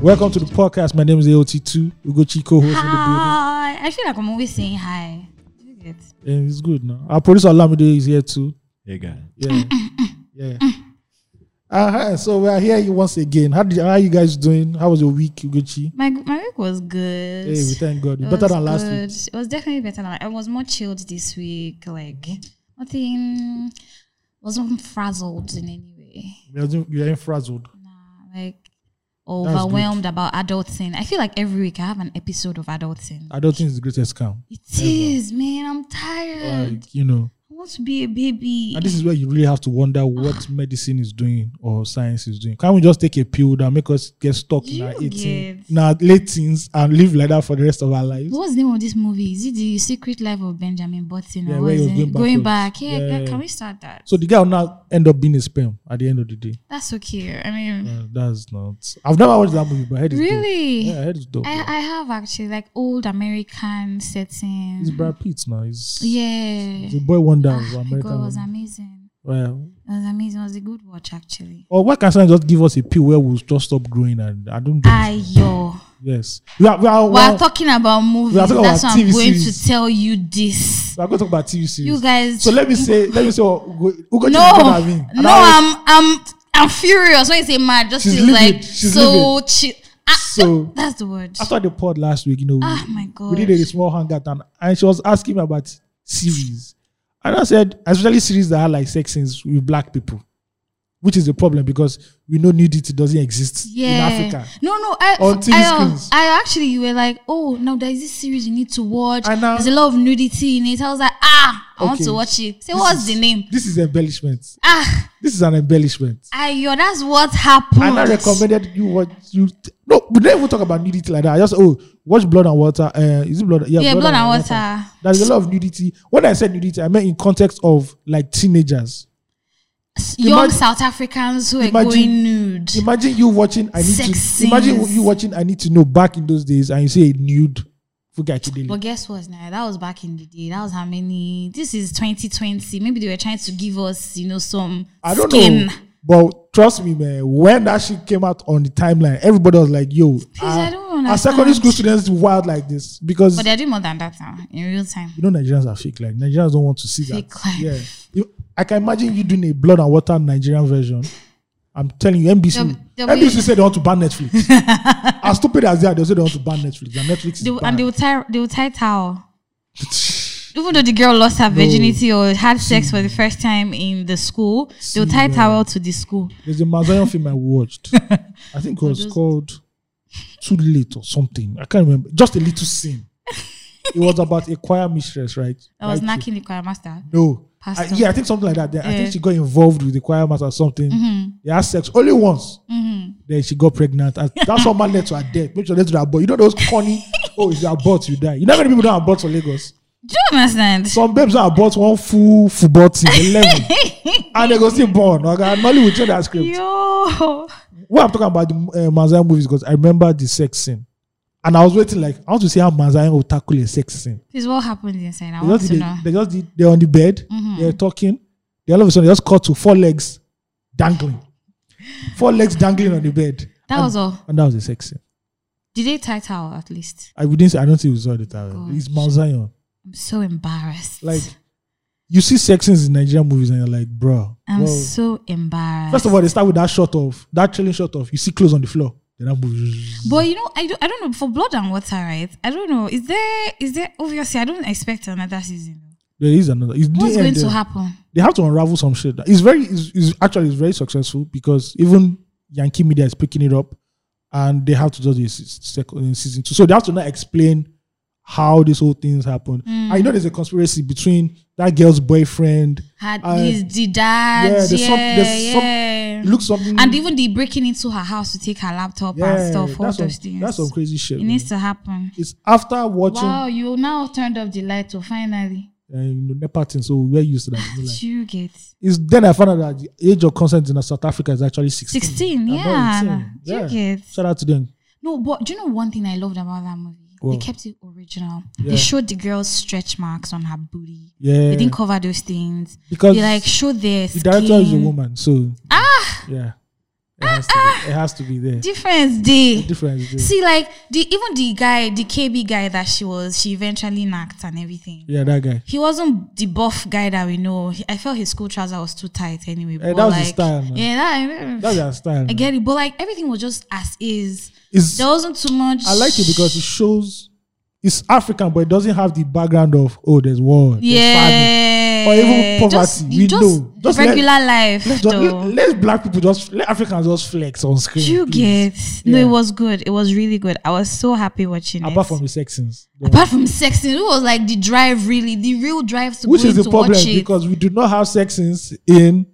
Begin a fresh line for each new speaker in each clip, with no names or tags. Welcome to the podcast. My name is AOT2. Ugochi co host in the
Hi. I feel like I'm always saying hi. Do you get-
building. And it's good now. Our producer Olamide is here too.
Hey guy.
Yeah. yeah. Uh-huh. So we are here once again. How, did, how are you guys doing? How was your week, Ugochi?
My my week was good.
Hey, we thank God.
It
Better
was
than last
good.
week.
It was definitely better than I was more chilled this week. Like
Mm-hmm.
nothing wasn't frazzled in any way.
We are doing- We are in frazzled.
Nah, like or
That's good.
overwhelmed about adulting. I feel like every week I have an episode of adulting.
I don't think it's the greatest scam.
It is, man. I'm tired.
Like, you know.
I want to be a baby.
And this is where you really have to wonder what
Ah.
medicine is doing or science is doing. Can't we just take a pill that make us get stuck in our
You
18,
get-
in our late teens and live like that for the rest of our lives?
What was the name of this movie? Is it the Secret Life of Benjamin Button?
Yeah, where
or what
he was
is it?
going
going
backwards.
back.
Yeah,
Yeah, ca-
yeah.
can we start that?
So the guy will now end up being a sperm at the end of the day.
That's okay. I mean,
Uh, that's not. I've never watched that movie, but head is dope.
really,
Yeah, head is dope. yeah.
I, I have actually like old American setting.
It's Brad Pitt now. He's
yeah,
he's a boy wonder
Ah,
of
my
American.
God, it was
movie.
amazing.
well,
It was amazing. It was a good watch actually.
or why can't someone just give us a pill where we'll just stop growing? And I don't. Get it.
Ayo,
Yes, we are. We are,
we're
we are,
talking about movies.
talking about
That's why I'm
TV
going
series.
to tell you this.
we are going to talk about TV series.
You guys,
so let me say, let me say, oh, what Ugo- Ugochi is
no,
better than me. And
no,
I-
I'm I'm I'm furious when you say mad. Just
She's
feels
livid.
like
She's
so chill. Ah,
So-
that's the word.
after the pod last week, you know, we-
Ah, my
we
God.
did a small hangout and, and she was asking me about series. And I said, especially series that are like sex scenes with black people, which is a problem because we know nudity doesn't exist
yeah.
in Africa.
No, no. I,
On TV
I, um,
screens.
I actually, you were like, oh, now there's this series you need to watch.
And now-
there's a lot of nudity in it. I was like, ah, I want
Okay.
to watch it. Say,
This
what's
is-
the name?
This is embellishment.
Ah,
This is an embellishment.
I, yo, that's what happened.
And I recommended you what you no, we never even talk about nudity like that. I just oh, watch Blood and Water. Uh, is it Blood? Yeah,
Yeah, Blood and Water.
There's a lot of nudity. When I said nudity, I meant in context of like teenagers.
S- Young
Imagine-
South Africans who are
imagine-
going nude.
Imagine you watching I need to
Sex
imagine
scenes.
you watching I need to know back in those days and you say nude Fuki Akindele.
But guess what? Now that was back in the day. That was how many. This is 2020. Maybe they were trying to give us, you know, some
I don't
skin.
know. But trust me, man, when that shit came out on the timeline, everybody was like, yo,
I
are-
don't
are secondary
understand.
school students wild like this? Because
But they're doing more than that now in real time.
you know Nigerians are fake. Like Nigerians don't want to see
Fake
that.
life.
Yeah. You- I can imagine you doing a blood and water Nigerian version. I'm telling you, NBC.
They'll- they'll be-
NBC said they want to ban Netflix. as stupid as they are, they said they want to ban Netflix. And Netflix is
They,
banned.
and they will tie they will tie towel. Even though the girl lost her virginity or had sex for the first time in the school, they will tie
See,
towel to the school.
There's a Mazayan film I watched. I think it was
those-
called Too Late or something. I can't remember. Just a little scene. it was about a choir mistress, right?
That was
Right,
knocking the choir master.
No. I-
Pastor.
yeah, I think something like that. Then I
Yeah. Mm-hmm.
think she got involved with the choir master or something. They had sex only once. Then she got pregnant. And that's what man led to her death. Make sure led to her abort. You know those corny, oh, if you abort, you die. You know how many people don't abort for Lagos?
Do you understand?
Some babes don't abort one full football team, 11. and they go still born. Okay, Nollywood, check that script.
Yo,
What I'm talking about the uh, Manzayan movies because I remember the sex scene, and I was waiting like I want to see how Manzayan will tackle a sex scene.
this is what happened inside. I
They
want
just,
to
did,
know. Mm-hmm.
they just did, they're on the bed, they're talking, they all of a sudden they just cut to four legs dangling, four legs dangling on the bed,
That was all.
and that was the sex scene.
Did they tie towel at least?
I wouldn't say I don't think we saw the time. It's Manzayan.
I'm so embarrassed.
Like you see sex scenes in Nigerian movies, and you're like, bro.
I'm
well,
so embarrassed.
first of all, they start with that shot of that trailing shot of you see clothes on the floor. Then that movie.
But you know, I don't, I don't know for blood and water, right? I don't know. Is there is there obviously I don't expect another season.
There is another. It's the
What's going
end eh.
to
there.
happen?
they have to unravel some shit. It's very, it's, it's actually it's very successful because even Yankee media is picking it up, and they have to do this second season two. So they have to now explain how this whole thing's happened. I know there's a conspiracy between that girl's boyfriend.
Had
Uh,
these the dad,
yeah,
yeah,
there's some- there's some-
yeah.
It looks something
and even the breaking into her house to take her laptop and stuff, all
That's some,
those things.
that's some crazy shit.
it
man.
needs to happen.
It's after watching
Wow, you now turned off the light. Oh, finally,
uh, you know, Nepa thing, so we're used to that. you know, like-
you get
it's then I found out that the age of consent in South Africa is actually sixteen.
sixteen.
Above
Yeah,
18,
Do you
yeah.
get
Shout out to them.
no. But do you know one thing I loved about that movie?
What?
They kept it original.
Yeah.
They showed the girl's stretch marks on her booty.
Yeah,
They didn't cover those things.
because
they like show their
the director is a
skin.
woman, so ah yeah, It has to be, it has to be there.
Difference day.
Difference. there.
See, like the even the guy, the KB guy that she was, she eventually knocked and everything.
Yeah, that guy.
He wasn't the buff guy that we know. He- I felt his school trouser was too tight anyway.
Eh,
but
that was
like,
his style, man.
Yeah, that,
That's their style.
I
man.
get it, but like everything was just as is.
It's,
There wasn't too much.
I like it because it shows it's African, but it doesn't have the background of oh, there's war, there's famine.
yeah,
or even poverty,
Just,
we
just
know. Just let-
regular life,
Let's, just,
though.
let, let black people just let Africans just flex on screen.
you
please.
get no.
Yeah.
It was good. It was really good. I was so happy watching it.
apart from the sex scenes, though.
apart from sex scenes, it was like the drive really, the real drive to
which
go
is the
to
problem
watch it.
because we do not have sex scenes in.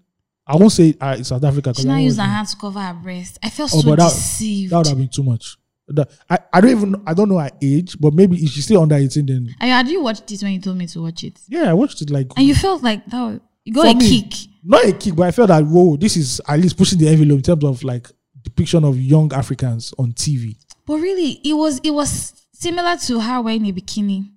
I won't say uh, in South Africa. 'cause
She
I
now
won't
used her
know.
hand to cover her breast. I felt
Oh,
so
but that-
deceived.
That would have been too much. The- I, I don't even I don't know her age, but maybe if she's still under eighteen, then
I had you watched this when you told me to watch it,
yeah, I watched it like
and you felt like that. Was, you got
For
a
me,
kick.
not a kick, but I felt that whoa, this is at least pushing the envelope in terms of like depiction of young Africans on TV.
But really, it was it was similar to her wearing a bikini.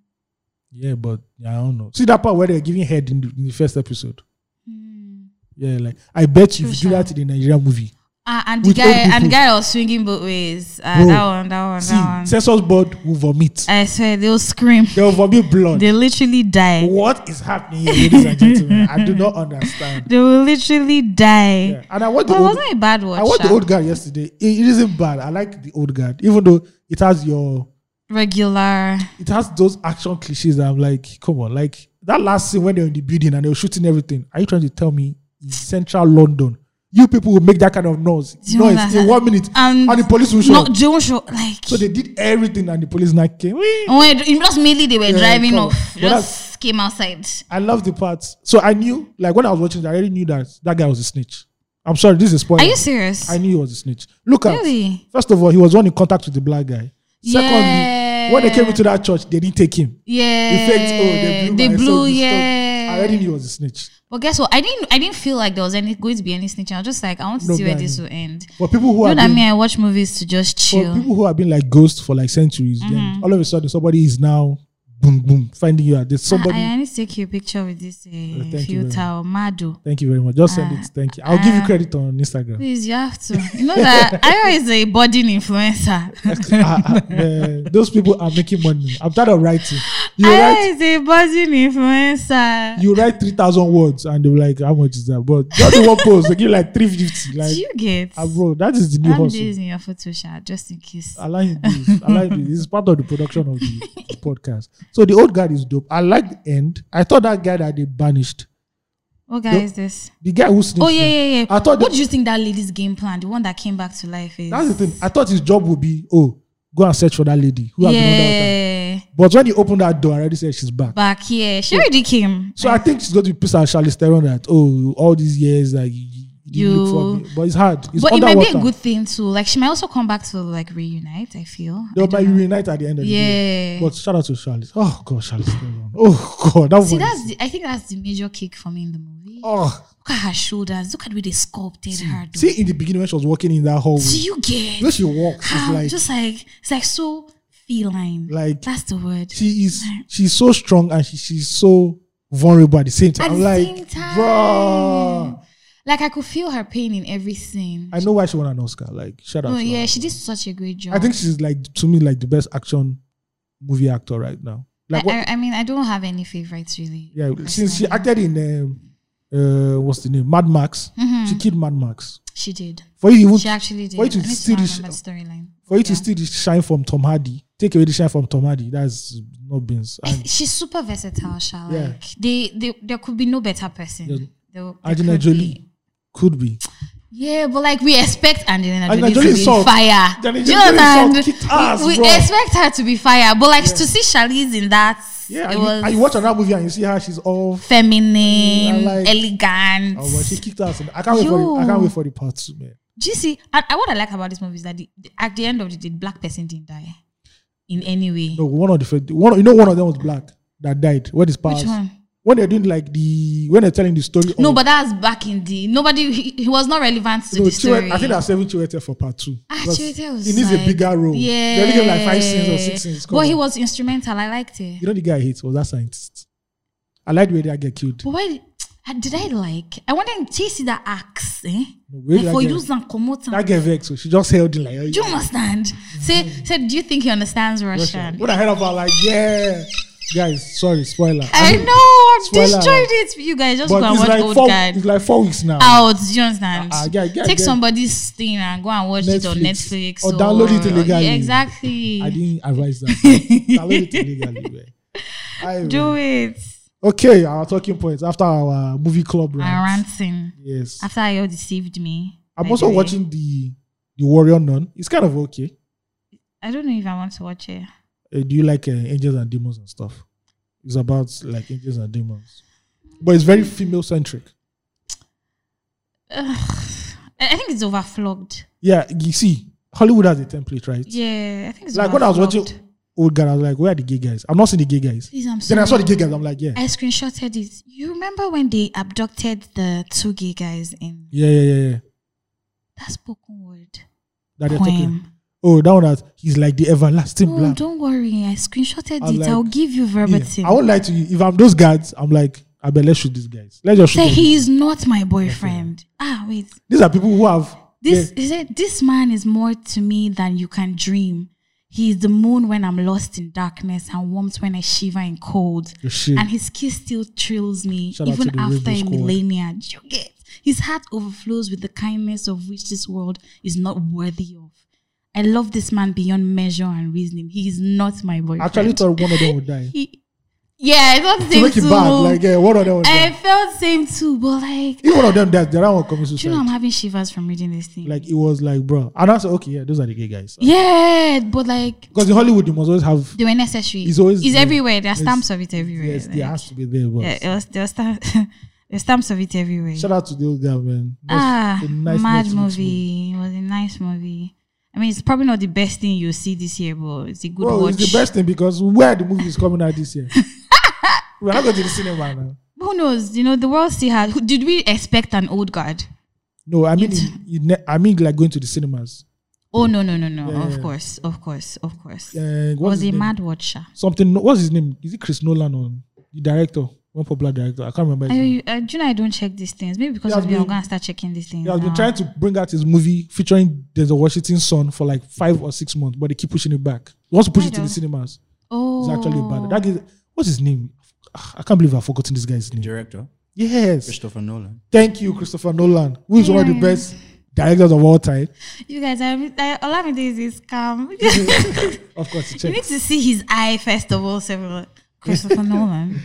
Yeah, but yeah, I don't know. See that part where they're giving head in the, in the first episode.
Hmm.
Yeah, like I bet you if you do
True,
that in a Nigerian movie.
Ah, and the
With
guy
old people.
and the guy that was swinging both ways. Ah,
Bro.
that one, that one,
See,
that one.
census board will vomit.
I swear they'll scream.
They'll vomit blood.
They literally die.
What is happening, here, ladies and gentlemen? I do not understand.
They will literally die.
Yeah. And I want the
But it
old,
wasn't a bad watch. uh,
I watched the
sha.
old guard yesterday. It- it isn't bad. I like the old guard, even though it has your
Regular.
it has those action cliches that I'm like, come on, like that last scene when they're in the building and they were shooting everything. Are you trying to tell me in central London, you people will make that kind of noise,
Do you um,
noise in
understand?
one minute,
And-
and the police will show
No,
up.
Joe show like.
So they did everything, and the police now came. Whee!
And when it just mainly they were
Yeah,
driving
come on.
off,
But that's-
just came outside.
I love the part. So I knew, like when I was watching, it, I already knew that that guy was a snitch. I'm sorry, this is a spoiler.
Are you serious?
Oh. I knew he was a snitch. Look at
Really?
first of all, he was one in contact with the black guy. Secondly, when they came
Yeah.
into that church, they didn't take him.
yeah.
In fact, oh, they blew,
They
my
blew,
soul, this stuff. I
yeah.
already knew he was a snitch.
But guess what? I didn't. I didn't feel like there was any going to be any snitching. I was just like, I want to
No,
see where
man.
this will end.
For people who
You
are Oh,
know that I
being-
mean? I watch movies to just
for
chill.
people who have been like ghosts for like centuries,
Mm-hmm.
then all of a sudden somebody is now boom boom finding you out.
Ah,
There's somebody.
I, I need to take you a picture with this
Oh, thank you
uh,
very
filter or Mado.
Thank you very much. Just send it. Thank you. I'll give you
ah.
credit on Instagram.
Please, you have to. You know that Ayo is a budding influencer.
Ah, ah, eh, those people are making money. I'm tired of writing. You write,
Ayo is a budding influencer.
you write three thousand words, and they're like, "How much is that?" But just the one post, they give you like three fifty. Like,
Do you get?
ah, bro, that is the new
How many
hustle. Uh,
days in your photo shot, just in case?
I like this. I like this. This is part of the production of the, the podcast. So the old guy is dope. I like the end. I thought that guy that they banished,
What guy
the-
is this?
the guy who snitched.
Oh yeah,
them,
yeah, yeah.
I thought the-
what do you think that lady's game plan, the one that came back to life, is?
That's the thing. I thought his job would be, oh, go and search for that lady who has been under attack.
yeah,
But when he opened that door, I already said she's back.
back here. She already came.
So I think she's going to be pissed at Charlize Theron that, oh, all these years, like, you, you didn't
You-
look for me. But it's hard. It's
but it might
underwater.
be a good thing too. Like she might also come back to like reunite. I feel. I
They'll
don't
might
know.
reunite at the end of the day.
yeah.
But shout out to Charlize. Oh, God, Charlize Theron. Oh, God. That
See,
one.
that's the, I think that's the major kick for me in the movie.
oh.
Look at her shoulders. Look at the way they sculpted her. though.
See, in the beginning when she was walking in that hallway,
Do you get?
when she walks, she's
how
like,
just like it's like so feline.
Like-
that's the word.
she is, she's so strong and she, she's so vulnerable at the same time.
At
I'm
the
like,
same time.
bruh.
Like I could feel her pain in every scene.
I know why she won an Oscar. Like, shout out.
No,
to her.
Oh, yeah, she did such a great job.
I think she's like to me like the best action movie actor right now. Like, what,
I, I, I mean, I don't have any favorites really.
yeah, since she
personally.
acted in um, uh, what's the name, Mad Max. She killed Mad Max.
she did.
For you, even,
Mm-hmm. She actually did.
why
I
it is
need to
still
remember
this-
the storyline.
for you to
Yeah.
steal the shine from Tom Hardy, take away the shine from Tom Hardy. That's not beans.
I
And
th- she's super versatile, Sha. Like
Yeah.
they, they, there could be no better person.
Yeah.
There, there
Angelina
could
Jolie
be.
could be.
Yeah, but like we expect Angelina,
Angelina
Jolie
Jolie
to be
sucked.
fire.
Angelina
Do you
Jolie
understand?
sucked, kicked ass,
we we
bro.
expect her to be fire, but like to see Charlize in that,
Yeah,
it
and you,
was
and you watch another movie and you see how she's all. f-
feminine,
like-
elegant.
Oh, well, she kicked ass. and I can't wait for the, I can't
You.
wait for the part two, man.
Do you see? And, and what I like about this movie is that the, the- at the end of the day, the black person didn't die in any way.
No, one of the first, one. You know, one of them was black that died. What is past?
Which one?
When they're doing like the when they're telling the story.
No,
of-
but that's back in the nobody. He, he was not relevant to
Oh. No,
the
Chiwe-
story.
I think that's seven Chiwetel for part two.
Ah,
Because
Chiwetel was
He needs a
like-
bigger role.
Yeah,
They only gave like five scenes or six scenes. Come
But he
on.
was instrumental. I liked it.
You know the guy I hate was that scientist. I like the way that get killed.
But why? I- Did I like? I wanted to chase that axe, eh?
where did
Like
I
for
get
use and come out.
That
and-
girl vexed, so she just held it like, oh,
Do you understand? Say, say, do you think he understands Russian?
what I heard about, like, yeah, guys, sorry, spoiler.
I
mean,
know. I've
Spoiler.
destroyed it. You guys just go
but
and
it's
watch
like
Old
four,
Guard.
it's like four weeks now.
out. Do you understand?
Ah, ah, yeah, yeah,
Take
yeah.
somebody's thing and go and watch it on
Netflix.
Netflix
Or download it illegally.
Yeah,
I
exactly.
didn't advise that. Download it illegally, man. I-
Do it.
Okay, our talking points after our movie club rant.
I'm ranting.
Yes,
After you deceived me.
I'm
by
also
the way.
watching the the Warrior Nun. It's kind of okay.
I don't know if I want to watch it.
Uh, do you like uh, angels and demons and stuff? It's about like angels and demons, but it's very female centric.
Ugh. I I think it's overflogged.
Yeah, you see, Hollywood has a template, right?
Yeah, I think it's
like when I was watching
overflogged.
Old Guard, I was like, "Where are the gay guys?" I'm not seeing the gay guys.
Please, I'm
Then
sorry.
I saw the gay guys. I'm like, "Yeah,
I screenshotted it. You remember when they abducted the two gay guys in
yeah, yeah, yeah." yeah.
that spoken word
That they're talking.
poem?
Oh, that one that he's like the everlasting
Oh,
black.
don't worry. I screenshotted
I'm
it.
like,
I'll give you verbatim.
Yeah. I won't lie to you. If I'm those guys, I'm like, I bet let's shoot these guys. Let's just shoot.
Say
them.
he is not my boyfriend. Ah, wait.
These are people who have
This he said this man is more to me than you can dream. He is the moon when I'm lost in darkness and warmth when I shiver in cold.
yeah, shit.
And his kiss still thrills
Hmm.
me
Shout out to
even
the
after
Rainbow
a
Squad.
millennia. Do you get? His heart overflows with the kindness of which this world is not worthy of. I love this man beyond measure and reasoning. He is not my boyfriend.
I actually thought one of them would die.
he, yeah, I thought
to
same
make it
too.
bad, like yeah, one of them would
I
die.
felt same too, but like
If one of them dies, the other one commits
Do
suicide.
you know I'm having shivers from reading this thing?
like it was like, bro. And I said, okay, yeah, those are the gay guys.
yeah, but like
Because in Hollywood, you must always have.
they were necessary.
It's always there.
everywhere. There are
Yes.
stamps of it everywhere.
Yes,
like,
there has to be there. But
yeah, it was, there, were stam- there were stamps of it everywhere.
shout out to the old guy, man. That's
ah,
a nice
mad
Netflix
movie. It was a nice movie. I mean, it's probably not the best thing you'll see this year, but it's a good
Bro,
watch.
it's the best thing because where the movie is coming out this year. We're not going to the cinema now.
Who knows? You know, the world still has. who- Did we expect an old guard?
No, I mean, in, in, ne- I mean, like going to the cinemas.
Oh no, no, no, no!
Yeah,
of
yeah.
course, of course, of course.
Uh,
was
his
a
name?
mad watcher.
something. What's his name? Is it Chris Nolan or the director? One popular director. I can't remember. His name.
I, I, do you know I don't check these things? Maybe because
He has
of you, I'm
been-
gonna start checking these things.
He has been
now.
trying to bring out his movie featuring Denzel Washington's son for like five or six months, but they keep pushing it back. He wants to push
I
it to the
don't-
cinemas.
Oh,
It's actually bad. That is, what's his name? Ah, I can't believe I've forgotten this guy's name.
Director
Yes.
Christopher Nolan.
Thank you, Christopher Nolan, who is one of the
Yeah.
best directors of all time.
you guys, I, I, all I'm doing is calm.
Of course,
you
check.
need to see his eye first of all, several. Christopher Nolan.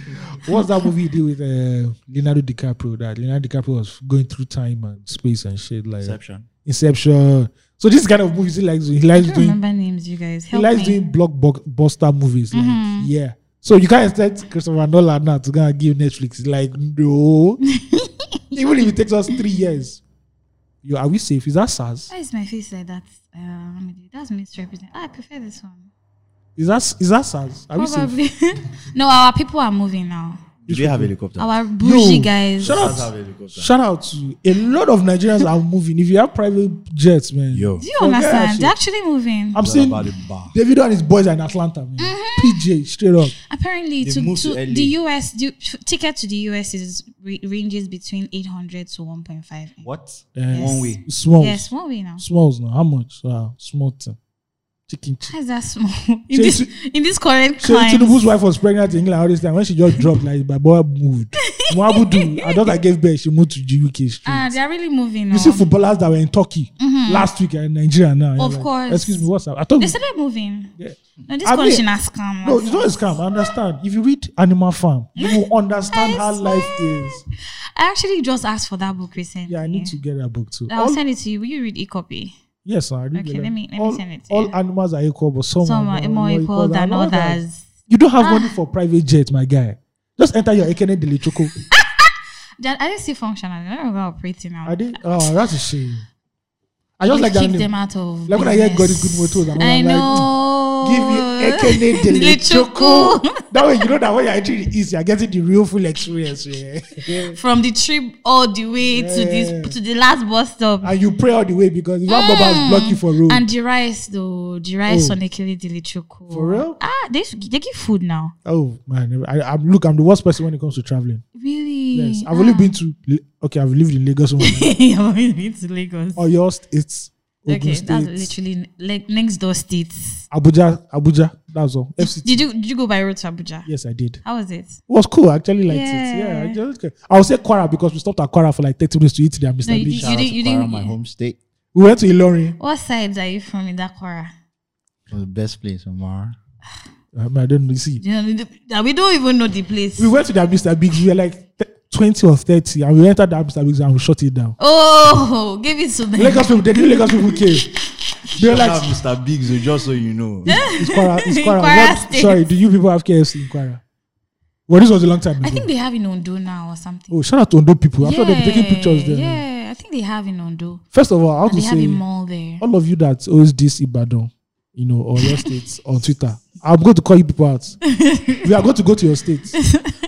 What's that movie he did with uh, Leonardo DiCaprio? That Leonardo DiCaprio was going through time and space and shit like that.
Inception.
Inception. So this kind of movies he likes. He
I
likes
don't
doing.
remember names, you guys.
he
Help
likes
me. Mm-hmm.
doing blockbuster movies. Like, yeah. So you can't expect Christopher Nolan now to gonna give Netflix. It's Like, no. Even if it takes us three years, you are we safe? Is that SARS?
Why is my face like that? Uh, let me do- that's misrepresenting. Ah, I prefer this one.
Is that is that SARS? Are we safe?
Probably. no, our people are moving now.
Do they have helicopter?
Our bougie guys.
Shut
Does have
out!
helicopter.
Shout out to a lot of Nigerians are moving. If you have private jets, man,
Yo.
Do
It's
you
Forget that
understand?
shit. Uh,
They're actually moving.
I'm
all
seeing
about the bar.
Davido and his boys are in Atlanta, man.
Mm-hmm.
PJ straight up.
Apparently,
They
to,
moved
to
to LA.
the US, the f- ticket to the US is re- ranges between 800 to 1.5.
What?
Yes.
One way.
Smalls,
Yes, what we now?
smalls now. How much? Wow, small thing. Chicken. chi-
How is that small? In
Shey
this,
Tin-
in this current
So
climate.
Tinubu's wife was pregnant in England all this time. When she just dropped, like my boy moved. Mwabudu, her daughter gave birth. She moved to the UK straight.
Ah, they are really moving
you see
on.
footballers that were in Turkey last week are in Nigeria now. You're
Mm-hmm. Of course.
Excuse me, what's up? I thought.
They started moving.
Hmm. Yeah.
No, this
I
country
mean-
na scam.
No, it's not a scam. I understand. If you read Animal Farm, you will understand
I
how
swear.
life is.
I actually just asked for that book recently.
Yeah, I need to get that book too.
I'll
All-
send it to you. Will you read e-copy?
Yes, I really
Okay,
like-
let me- let me
all,
send it to
All
you.
animals are equal, but some,
Some are more equal than others. Ah.
You don't have money for private jet, my guy. Just enter your Ekene Delichoko.
That- Are they still functional? They're not even operating now.
I did. Oh, that's a shame. I just
They
like that
kick
name.
them out of.
Like when I hear God is good
business.
motors, I'm
I
like,
know.
Give you Ekene
Delichukwu.
Delichoko. that way you know that when you're entering the East, you're getting the real full experience. Yeah.
from the trip all the way to
Yeah.
this to the last bus stop. Hmm.
and you pray all the way because if mm. has blocked you for road,
and the rice though, the rice
Oh.
on Ekele Dilichukwu.
For real?
Ah, they, used to gi- they give food now.
oh man, I, I'm look, I'm the worst person when it comes to traveling.
Really? Ah.
Yes, I've only been to. Okay, I've lived in Lagos. all my life.
I've only been to Lagos.
Or your states. Ogun
okay, that's
State,
literally n- like next door states.
Abuja. Abuja. That's all. FCT.
Did you did you go by road to Abuja?
Yes, I did.
How was it?
It was cool. I actually liked it. Yeah,
Yeah.
I, just, I would say Kwara because we stopped at Kwara for like 30 minutes to eat their Mr.
No, you-
Beach.
you- didn't-
Kwara,
didn't-
my home state.
we went to Ilorin.
What sides are you from in that Quora?
It was the best place, Omar.
I, mean, I don't know, you see.
You know, the- we don't even know the place.
We went to their Mr. Big. We were like th- 20 or 30, and we entered that Mr. Big and we shut it down.
Oh, give it to me.
Lagos people, the new Lagos people came. They were like,
Mr. Biggs, just so you know.
it's Kwara. It's
In
Kwara.
Kwara
What-
State.
sorry, do you people have KFC in Kwara? Well, this was a long time ago.
I think they have in Ondo now or something.
Oh, shout out to Ondo people. I'm sure they'll be taking pictures there.
Yeah, I think they have in Ondo.
First of all, I want to
And they have a
say,
mall there.
all of you that owes this Ibadan, you know, or your states on Twitter, I'm going to call you people out. we are going to go to your states.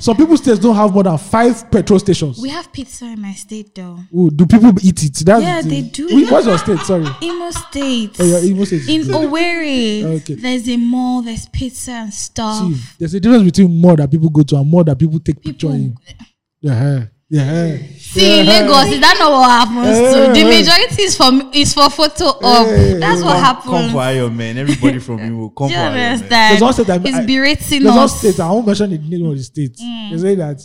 Some people's states don't have more than five petrol stations.
We have pizza in my state though.
Oh, do people eat it? That's
Yeah,
the thing.
they do.
Wait, What's your state? Sorry.
Imo State.
Oh, yeah, Imo State is
In
good.
Owerri,
Okay.
there's a mall, there's pizza and stuff.
See, there's a difference between more that people go to and more that people take picture
People-
in. Yeah, yeah.
See,
Uh-huh.
Lagos, is that not what happens to? The
Eh, eh.
majority is for is for photo op.
Eh,
That's what happens.
Ayo, man. Everybody from you will come
Do you
There's one state
understand?
I'm-
He's
I-
berating
There's one
us.
state, I won't mention the name of the state.
Hmm.
They say that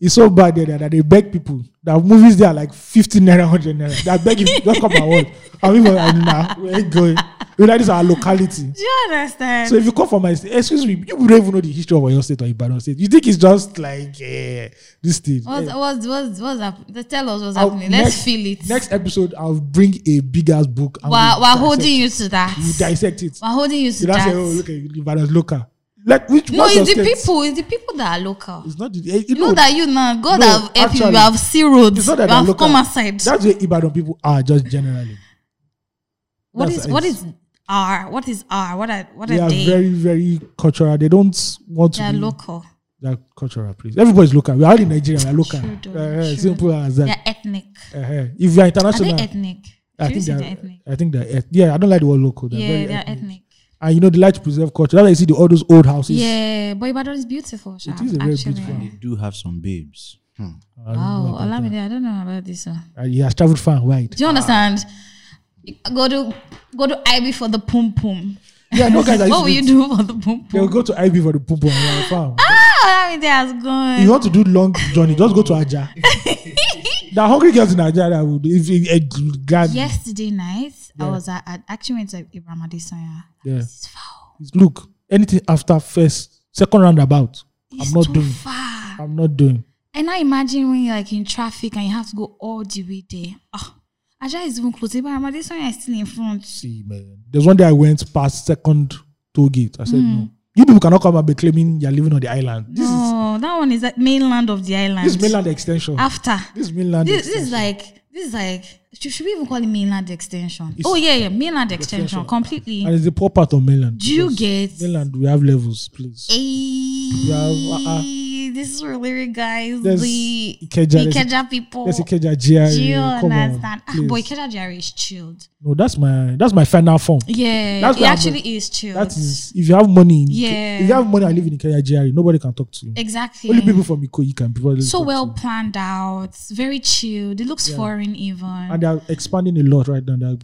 it's so bad there that they beg people that movies there are like 50 naira, 100 naira. They are begging, just come and watch. I mean, like, nah, we ain't going. We like this our locality.
Do you understand?
So if you come from my state, excuse me, you don't even know the history of your state or Ibadan state. You think it's just like eh, this thing.
what's,
Eh.
what's, what's, what's happening? Tell us what's
I'll-
happening. Let's feel it.
Oh, Next episode, I'll bring a big ass book. and
we're,
we'll
we're
dissect
holding
it.
you to that.
We'll dissect it.
We're holding you to
You don't
that.
say, oh, look at you, Ibadan's local. Like, which
no,
what's
it's the
your state?
people. It's the people that are local.
It's not the, eh, you
You know,
know,
that you now, God
No,
have helped you. You
actually,
have sea roads.
It's
You
not that they're
have
local.
come aside.
That's where Ibadan people are, just generally.
What
that's
is what
it's-
is R? What is R? What are what
They
are
are
they?
very, very cultural. They don't want to.
They are
be-
local.
They're cultural, please. Everybody's local. We're all in Nigeria. We're local.
True, though,
Eh, eh,
true.
simple as that.
They are ethnic.
Eh, eh. If you're
Are they
international,
ethnic?
I
Should we
think
say
they're.
they're ethnic?
I think they're. eth- Yeah, I don't like the word local. They're
Yeah,
very
they're
ethnic.
ethnic.
And you know, they like to preserve culture. That's why you see the, all those old houses.
Yeah, but Ibadan is beautiful. Sha,
is a very
actually.
beautiful
They do have some babes. Hmm.
I don't know
Wow,
about that. Ah.
Olamide, I don't know about this one.
And he has traveled far and wide.
Do you understand? Go to go to IB for the pum pum.
Yeah, no guys. I used
What
to
will you
do-
do for the pum
They'll
pum?
go to IB for the poo poo and farm.
Ah, Olamide has
If you
gone.
want to do long journey, just go to Aja. the hungry girls in Aja that would if you eh, glad
Yesterday night, I
Yeah.
was at, I actually went to Ibramade Sonya.
Yeah.
It's foul.
look anything after first second roundabout,
It's
I'm not
too
doing.
far.
I'm not doing.
And now imagine when you're like in traffic and you have to go all the way there. Ah, Aja is even close. Ibarama, this one is still in front.
See man, there's one day I went past second toll gate. I said no. You people cannot come and be claiming you're living on the island. This is
Hmm. No, Oh, that one is the mainland of the island.
this is mainland extension.
After.
This is mainland.
This, this
extension.
is like, this is like, should, should we even call it mainland extension?
It's-
oh, yeah, yeah, mainland extension, completely.
and it's the poor part of mainland.
Do you
because
get-
mainland? We have levels, please. have, uh, uh,
Ayy, this is really, really, guys.
There's
the
Ikeja,
the
there's-
Ikeja people.
Let's see, Keja
Eh, oh, Do you
GRA. Come on,
understand? Ah,
please.
boy, Ikeja Jerry is chilled.
No, that's my that's my final form.
Yeah,
That's
he
what I'm-
actually is chilled.
That is, if you have money, in Ike-
Yeah.
If you have money, I live in Ikeja GRA. Nobody can talk to you.
Exactly.
Only people from Ikoyi can people.
so
talk
well
To.
planned out, very chilled. It looks foreign even.
And they are expanding a lot right now. They're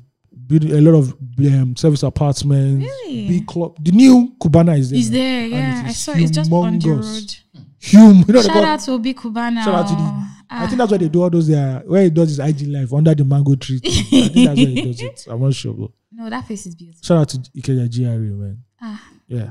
building a lot of um, service apartments.
Really?
Big club. The new Cubana is um, there.
It's
now.
there,
And
yeah.
it
I
is
saw it's just on the
humongous.
road.
Hume. You know they
Shout
call-
out to Obi Kubana.
shout out to the. I
Ah,
think that's why they do all those. There, where it does his IG live under the mango tree. I think that's where it does it. I'm not sure. But
no, that face is beautiful.
shout out to Ikeja GRA, man.
Ah,
Yeah.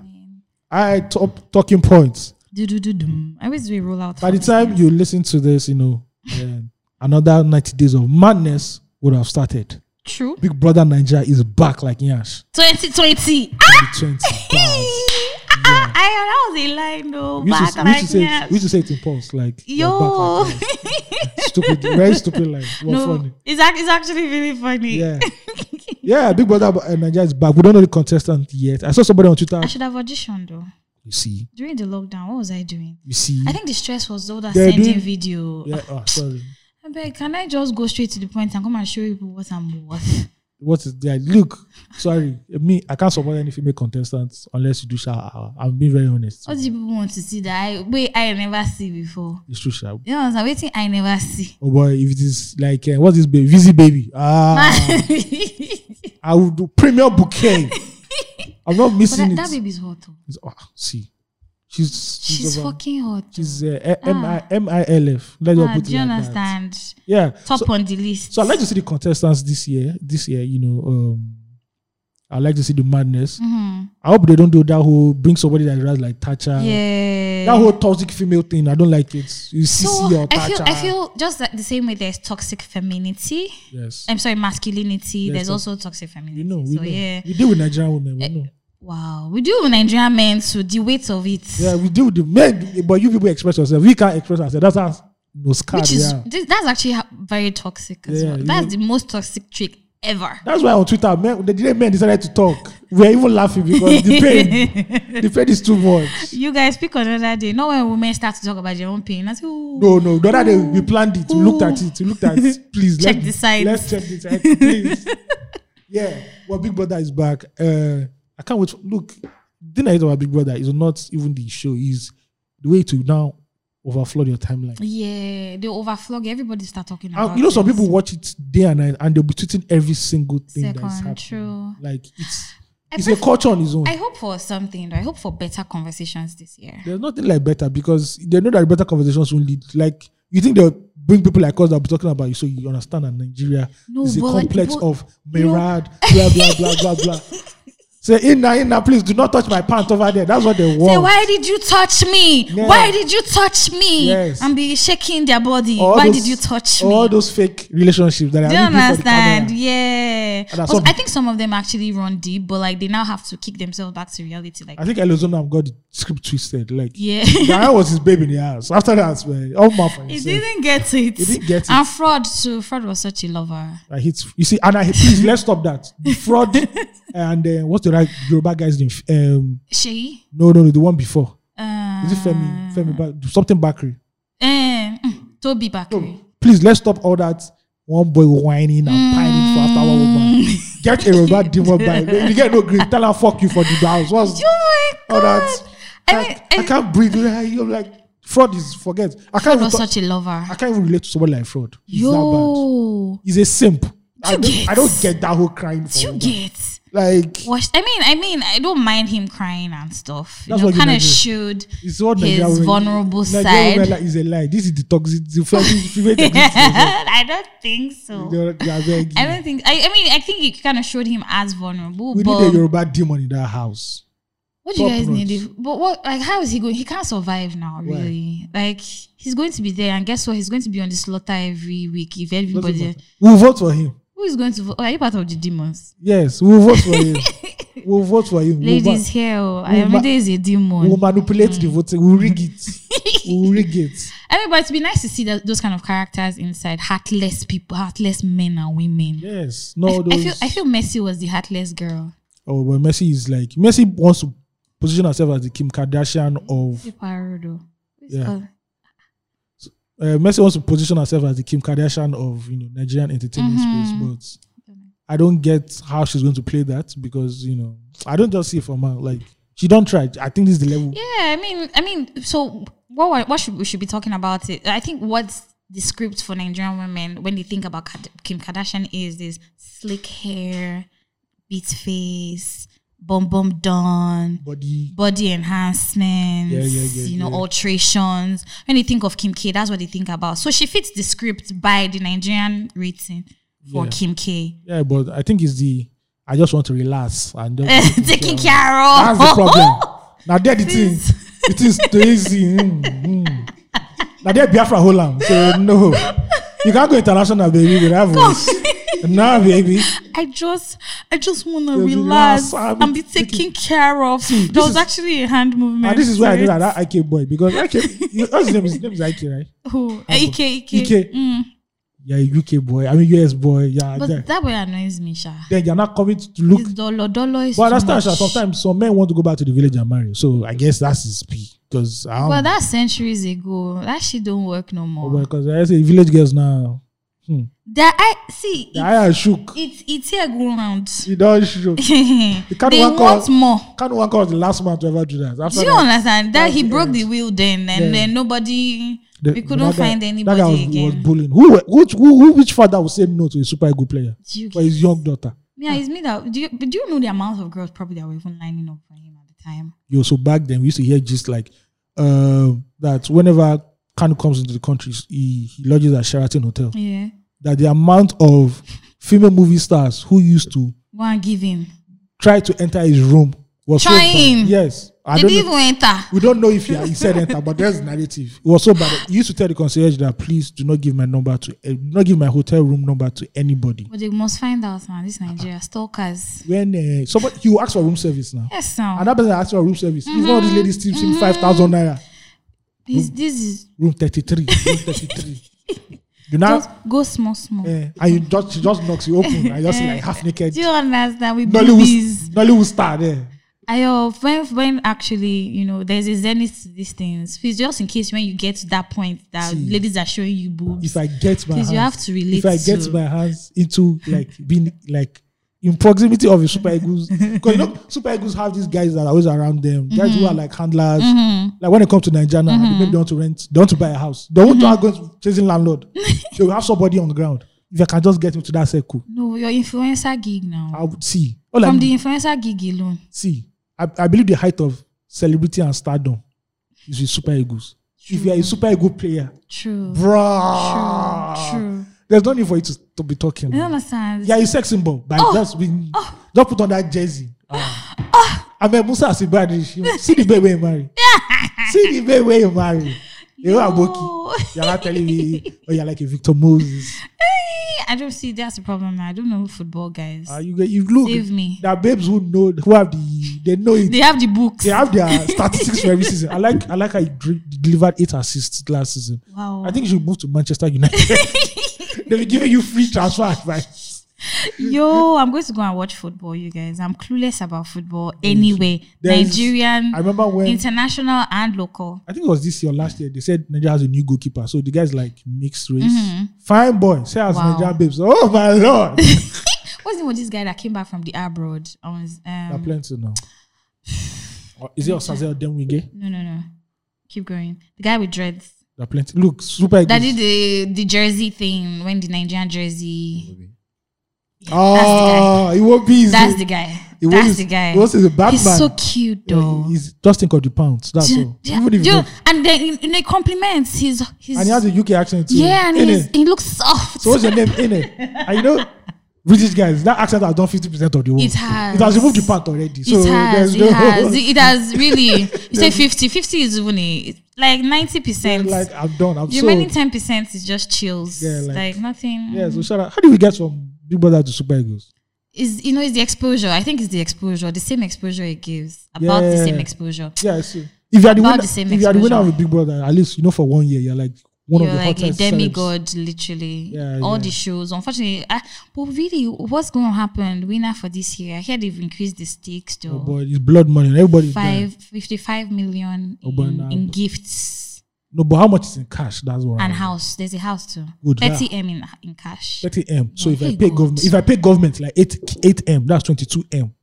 I top talking points.
do do do do. I always do a rollout.
By the
for
time you listen to this, you know, um, another 90 days of madness would have started.
it. True.
Big Brother Nigeria is back like Nyash.
2020. Ah,
The 20 bars.
ah, I, that was a line though.
We used, to,
Back
we, used
like
to say,
that.
we used to say it in pulse, like you're back
Yo.
like Nyash. stupid, very stupid, like what
no,
funny.
it's, ac- it's actually really funny.
Yeah, yeah. Big Brother uh, Nigeria is back. We don't know the contestant yet. I saw somebody on Twitter.
I should have auditioned though.
You see,
During the lockdown, what was I doing?
you see.
I think the stress was all that
They're
sending
doing-
video.
Yeah. Oh, sorry.
I beg, can I just go straight to the point and come and show you people what I'm worth?
what is there? Look, sorry, me, I can't support any female contestants unless you do shower. I'm being very honest.
What do you people want to see that I wait I never see before?
It's true, sha.
You know what I'm waiting I never see.
Oh boy, if it is like uh, what's this baby? Vizzy baby. Ah, I will do premium bouquet. I'm not
but
missing
that,
it.
that baby's hot. though.
It's- ah, see, she's she's,
She's
about-
fucking hot.
she's uh, M I M I L F. Let's
Ah,
put it
do you
like that.
understand?
Yeah.
Top
So,
on the list.
so I like to see the contestants this year. This year, you know, um, I like to see the madness.
Mhm.
I hope they don't do that whole bring somebody that drives like Thatcher.
yeah.
That whole toxic female thing, I don't like it. You see,
so
your
I feel
Thatcher.
I feel just like the same way there's toxic femininity.
yes.
I'm sorry, masculinity.
Yes,
there's
so-
also toxic femininity.
You know, we
so
know.
yeah. Eh,
We deal with Nigerian women. We know.
Wow. We do Nigerian men so the weight of it.
Yeah, we deal with the men, but you people express yourself. We can't express ourselves. That's us. No scar.
Which is
yeah.
this, that's actually ha- very toxic as
Yeah,
well.
you
That's
know-
the most toxic trick ever.
That's why on Twitter, men, the day men decided to talk, we are even laughing because the pain, the pain is too much.
You guys speak on another day. Not when women start to talk about their own pain. I say, "Ooh."
No, no. The other day we planned it. We looked at it. We looked at. it. Please
Check
let's-
the signs.
Let's check the signs, please. yeah. Well, Big Brother is back. Uh, I can't wait. For, look, the night of our Big Brother is not even the show. Is the way to now overflood your timeline.
Yeah, they overflog. Everybody start talking
And
about.
Ah, you know, some
it.
people watch it day and night, and they'll be tweeting every single thing that is
Second,
happening.
true.
Like it's
I
it's
pref-
a culture on its own.
I hope for something. Though. I hope for better conversations this year.
There's nothing like better because they know that better conversations will lead. Like you think they'll bring people like us that'll be talking about you, so you understand that Nigeria
No,
is a
but like
complex
people-
of Mirad, blah blah blah blah blah. Say Inna Inna, please do not touch my pants over there. That's what they want.
Say, why did you touch me?
Yeah.
Why did you touch me?
Yes.
And be shaking their body.
All
why
those-
did you touch me?
All those fake relationships that
Do you
are really for the
understand?
camera.
Yeah.
And that's
Also,
what-
I think some of them actually run deep, but like they now have to kick themselves back to reality. Like,
I think Elozonam got the script twisted. Like
yeah.
Diana was his baby in the house. After that, man, all my for
He
himself.
didn't get it.
He didn't get it.
And fraud too. Fraud was such a lover.
I hit you see, and I please let's stop that. The fraud and uh, what's the right Yoruba guy's name? Um,
She.
no, no, no, the one before.
Uh,
Is it Femi? Femi ba- something bakery.
Eh, mm, Toby Bakri.
Please let's stop all that one boy whining and pining for after one woman.
Mm.
Get a robot demon by you get no green. Tell her fuck you for the house. What's
Oh my
all
God.
that?
I
I,
mean, I-
I can't breathe. You're like fraud is forget. I can't
Fraud
even
was
talk,
such a lover.
I can't even relate to somebody like fraud. He's that bad.
Yo.
He's a simp. I
You
don't, I
get-
don't get that whole crying for
You
woman.
get.
like
Washed. I mean, I mean, I don't mind him crying and stuff.
That's
you
what
know,
you
kind of
like do.
showed
it's what
his
Nigerian women-
vulnerable
Nigerian
side.
women like is a lie. This is the toxic, the first female toxicity.
I don't think so.
They are- they are very-
I don't think. I, I mean, I think it kind of showed him as vulnerable.
We
but
need a Yoruba demon in that house.
what do you
top
guys need?
notch.
If, but what, like, how is he going? He can't survive now,
Why?
really. Like, he's going to be there, and guess what? He's going to be on the slaughter every week. If
Doesn't
everybody,
matter. We'll vote for him.
who is going to? vote? Are you part of the demons?
Yes, we'll vote for him. we'll vote for him. We'll,
Ladies
ma-
mm. here, oh,
Woman-
Ayomide is a demon.
we'll manipulate the voting. We'll rig it. we'll rig it.
I mean, but it'd be nice to see that, those kind of characters inside heartless people, heartless men and women.
Yes.
I,
No,
f- I
those.
feel I feel Messi was the heartless girl.
oh, but Messi is like Messi wants to position herself as the Kim Kardashian of.
Parudo.
Yeah. Uh, Messi wants to position herself as the Kim Kardashian of you know Nigerian entertainment
Mm-hmm.
space, but I don't get how she's going to play that because you know I don't just see it from her. Like she don't try. I think this is the level.
Yeah, I mean, I mean, so what? wa- What should we should be talking about? It. I think what's the script for Nigerian women when they think about Kad- Kim Kardashian is this slick hair, beat face, bum bum done.
Body.
Body enhancements,
Yeah, yeah, yeah,
you know,
yeah.
alterations. When they think of Kim K, that's what they think about. So she fits the script by the Nigerian rating for
Yeah.
Kim K.
Yeah, but I think it's the. I just want to relax and just
Taking care of.
That's the problem. now there the thing. It is crazy. Mm, mm. Now there Biafra Holland. So no. You can't go international, baby, with that voice. nah, baby.
I just, I just want to
be
relax
relaxed.
and be taken care of. There was
is-
actually a hand movement.
And this is why I
to
know
it.
that, that IK boy because IK, you- what's his name? His name is IK, right?
Who? Ike, Ike.
Ike.
Mm.
Yeah, UK boy. I mean US boy. Yeah,
But
then,
that way annoys me, Sha.
then you're not coming to look.
It's dollar, dollar is
But I
too
understand, Sha,
much.
sometimes some men want to go back to the village and marry. So I guess that's his P. Because I don't
Well, that's centuries ago. That shit don't work no more.
because I say village girls now. Hmm.
The I see
The eye shook.
it's it's here go round.
He don't shook. can't
they
work
want
out.
more.
Can't work out the last man to ever do that. After
Do you
that,
understand that he
That's
broke
it.
the wheel then, and
Yeah.
then nobody
the-
we
the
couldn't
other-
find
That guy
anybody
was, was
again.
bullying. Who, were- which, who, who, which father would say no to a super good player
Do you
for
get-
his young daughter?
yeah, it's me that. Do you but do you know the amount of girls probably that were even lining up for him at the time?
Yo, so back then we used to hear just like uh, that whenever Kanu comes into the country, he, he lodges at Sheraton Hotel.
Yeah,
That the amount of female movie stars who used to
go and give him.
try to enter his room was so
Trying.
bad. Yes, I
They
don't
didn't
know.
even enter.
We don't know if he, he said enter, but there's narrative. It was so bad. He used to tell the concierge that please do not give my number to, eh, do not give my hotel room number to anybody.
But they must find out now. This Nigeria stalkers.
When uh, somebody he will ask for room service now,
Yes, now
another person asked for room service. If one of these ladies tips him five thousand naira,
this this is
room thirty three, room thirty three. You know,
just go small, small.
eh, and you just she just knocks you open and you just see like half naked
Do you understand? We babies.
Nollywood Nollywood star there.
I uh, when when actually you know there's a zenith to these things. Please just in case when you get to that point that
See.
ladies are showing you boobs.
if I get my
Please,
hands,
you have to
if
relate
I get
to-
my hands into like being like in proximity of a super eagles, because you know super eagles have these guys that are always around them, guys who are
Mm-hmm.
like handlers. Like when it comes to Nigeria, now, they maybe they want to rent, they want to buy a house, they want
Mm-hmm.
to go to chasing landlord. they will have somebody on the ground. If I can just get into that circle,
No, your influencer gig now.
I would see. All I
From
need-
the influencer gig alone,
see, I, I believe the height of celebrity and stardom is with super eagles. If you are a super eagle player,
true,
bruh,
true.
there's no need for you to, to be talking.
You understand?
Yeah, he's sex symbol. But
Oh.
just being, just put on that jersey. Ah.
Oh.
I mean, Musa Asibadi. she- See the baby where you marry. See the baby where you marry. You are Boki.
No.
You're not telling me, oh, you're like a Victor Moses.
I don't see that's the problem. Now. I don't know football guys.
Ah, you, get- you look.
Save me.
There are babes who know, who have the, they know it.
They have the books.
They have their statistics for every season. I like, I like how he dri- delivered eight assists last season.
Wow.
I think you should move to Manchester United. They'll be giving you free transfer advice.
Yo, I'm going to go and watch football, you guys. I'm clueless about football anyway.
There's-
Nigerian,
I remember when
international, and local.
I think it was this year, or last year. They said Nigeria has a new goalkeeper, so the guy's like mixed race, fine boy. Say as
Mm-hmm. Wow.
Nigerian babes. Oh my lord,
What's the name of this guy that came back from the abroad? I was,
they're
um,
playing to now. Or Is it Osazel Demwige?
no, no, no. Keep going. The guy with dreads
They're playing. to- Look, super.
that
Eagles.
did the the jersey thing when the Nigerian jersey.
Ah, it won't be easy.
That's the guy.
It
That's
was-
the guy.
it was a bad
He's
man.
so cute
Yeah,
though.
He's just think of the pounds. That's
Do-
all.
do-
Even if
do-
you don't-
and then in, in the compliments, he's he's
and he has a UK accent too.
yeah, and
Innit?
he's, he looks soft.
So what's your name? Ine. And you know, British guys, that accent has done fifty percent of the work.
It has.
It has removed the part already. So
it
there's
has, it
no-
has, it has really. You say 50, 50 is even a, it's like ninety percent.
Like I'm done. I'm
The
so.
remaining ten percent is just chills,
Yeah,
like,
like-
nothing.
Yeah, so shout out. How do we get from Big Brother to Super Eagles?
Is you know it's the exposure. I think it's the exposure, the same exposure it gives, about the same
Yeah.
exposure.
Yeah, I see. If you are the
About
winner,
the same
if you are the winner of
exposure.
a Big Brother, at least you know for one year you're like one
You're
of the
like a
hottest. celebs.
demigod, literally.
Yeah,
All
yeah.
the shows, unfortunately. I, but really, what's going to happen? Winner for this year? I hear they've increased the stakes
Oh,
though.
boy, it's blood money. and Everybody. is there.
Five fifty-five million
Oh, boy,
in,
now-
in gifts
No, but how much is in cash? That's what.
and
I-
house. There's a house too.
Good, yeah.
Thirty m in in cash.
Thirty m. So
Yeah,
if I
hey,
pay
good.
government, if I pay government like eight eight m, that's twenty two m.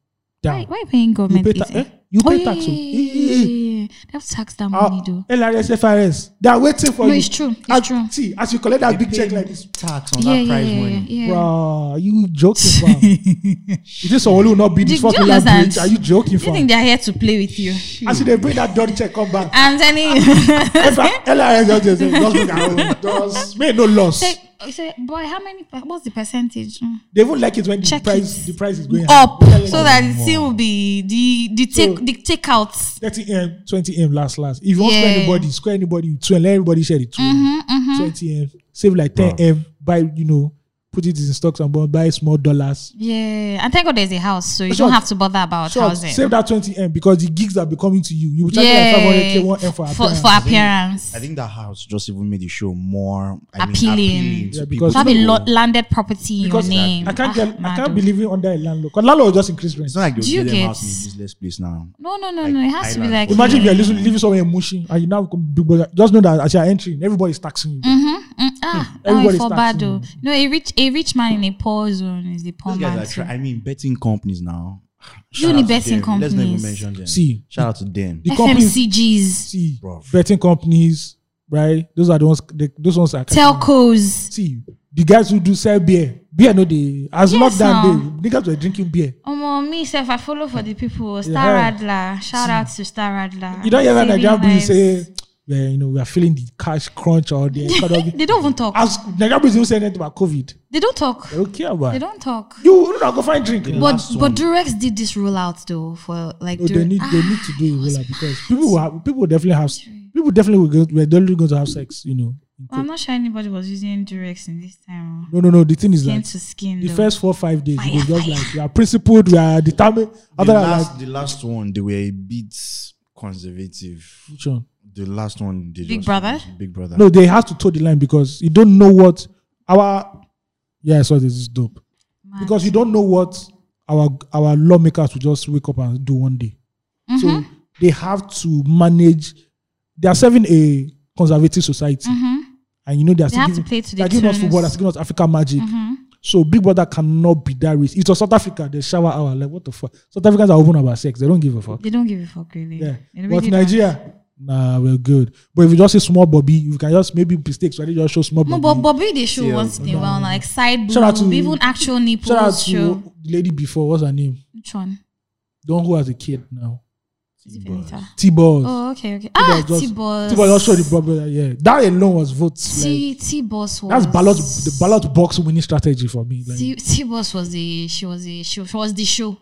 Why,
Down.
why paying
You
government?
pay, ta-
is-
eh? you
Oh,
pay
yeah,
tax. oh.
yeah,
Eh, eh,
yeah,
eh.
yeah, yeah. They have to tax that money
Ah,
though.
LRS, FRS, they are waiting for
No,
you.
it's true. It's
As-
true.
See, as you collect that big check like this,
tax on
Yeah,
that
yeah,
prize
yeah, yeah,
money.
yeah.
Bruh, are you joking, fam? Is this Owolu will not be this
Do- do you
fucking land
understand?
bridge? Are you joking,
Do you think
fam?
they're here to play with you?
As they bring that dirty check, come back.
I'm telling you.
If I- LRS just just just bring our own. Just make no loss.
say, say, boy, how many? What's the percentage? Mm.
They won't like it when the
Check
price
it. Oh.
the price is going
Up so that it still will be the the take
So-
the takeouts.
Thirty m, twenty m, last last. If you want
Yeah. Mm-hmm,
square anybody, square anybody with two, and let everybody share the 2 Twenty m, save like ten m, buy you know, put it in stocks and bonds, buy small dollars.
Yeah, and thank God there's a house, so you
Sure.
don't have to bother about
Sure,
housing.
save that 20M because the gigs that be coming to you, you will charge
yeah,
like 500k, 1M for,
for,
appearance.
for appearance.
I think that house just even made the show more I mean,
Appealing.
appealing to
Yeah,
people.
because-
to have a lo- landed property in your
because
name.
I can't
Ah,
get, I
mad
can't
oh.
be living under a landlord. Because landlord will just increase rent.
It's not like
Do you
they'll get
get-
them out in a useless place now.
No, no, no,
like
no. It has to be
island
like
or
Imagine if you're living, living somewhere in Mushi and you now become big brother. Just know that as you're entering, everybody's taxing you.
Mm, ah, now
Hmm, Everybody
I feel
starts
bad
to-
though. No, a rich a rich man in a poor zone is the poor
These
man.
guys are
too.
try- I mean, betting companies now.
You
Shout
need
out to
betting
them. Let's not even
companies.
mention them.
See.
shout out to them.
The companies,
FMCGs,
see,
Bruv.
betting companies, right? Those are the ones. The, those ones are
telcos.
See, the guys who do sell beer, beer no they as
Yes,
lockdown day, niggas were drinking beer.
Oh, me self, I follow for the people. Star
Yeah.
Radler, shout out to Star Radler.
You don't hear
Saving
Nigerian people
lives.
say, well, you know, we are feeling the cash crunch or the economy.
They don't even talk.
as Nigerian people don't say anything about COVID,
They don't talk.
they don't care about.
They
it.
don't talk.
You you don't go find drink. you know.
But
last
but
one.
Durex did this rollout though for like
No, they
Durex-
need
Ah,
they need to do it well because people will have, people will definitely have people definitely will go, we're definitely going to have sex. You know.
well, I'm not sure anybody was using Durex in this time. oh.
No, no, no. The thing is
Skin
that
to skin.
the
though.
first four five days you
Fire,
go just like we are principled, we are determined.
The
Other than like
last, the last one, they were a bit conservative.
which one?
The last one, they
Big
just-
Brother?
Big Brother.
No, they have to toe the line because you don't know what our yeah, I saw this is dope.
Man.
Because you don't know what our our lawmakers will just wake up and do one day. So
Mm-hmm.
they have to manage they are serving a conservative society. And you know they are
Mm-hmm. They
still giving,
have to play to
they
the
are giving us football, they're
tunes. Mm-hmm.
giving us Africa magic. So Big Brother cannot be that risk. It's a South Africa, the shower hour. Like what the fuck? South Africans are open about sex. They don't give a fuck.
They don't give a fuck really.
Yeah.
They really
but
don't.
Nigeria, nah, we're good. But if you just say small Bobby, you can just maybe mistakes. Why did just show small
No,
Bobby?
but Bobby they show
Yeah.
once in a while, like side
Shout out
boob,
to-
even actual nipples.
Shout out
show.
to the lady before. What's her name?
Which one?
The one who has a kid now.
Is it
Bruh.
Benita?
T Balls.
Oh, okay, okay. Ah, T boss.
T Balls just showed the Bobby. Yeah, that alone was votes. Like,
T T boss was.
that's ballot, the ballot box winning strategy for me. Like,
T T boss was the she was the she, she was the show.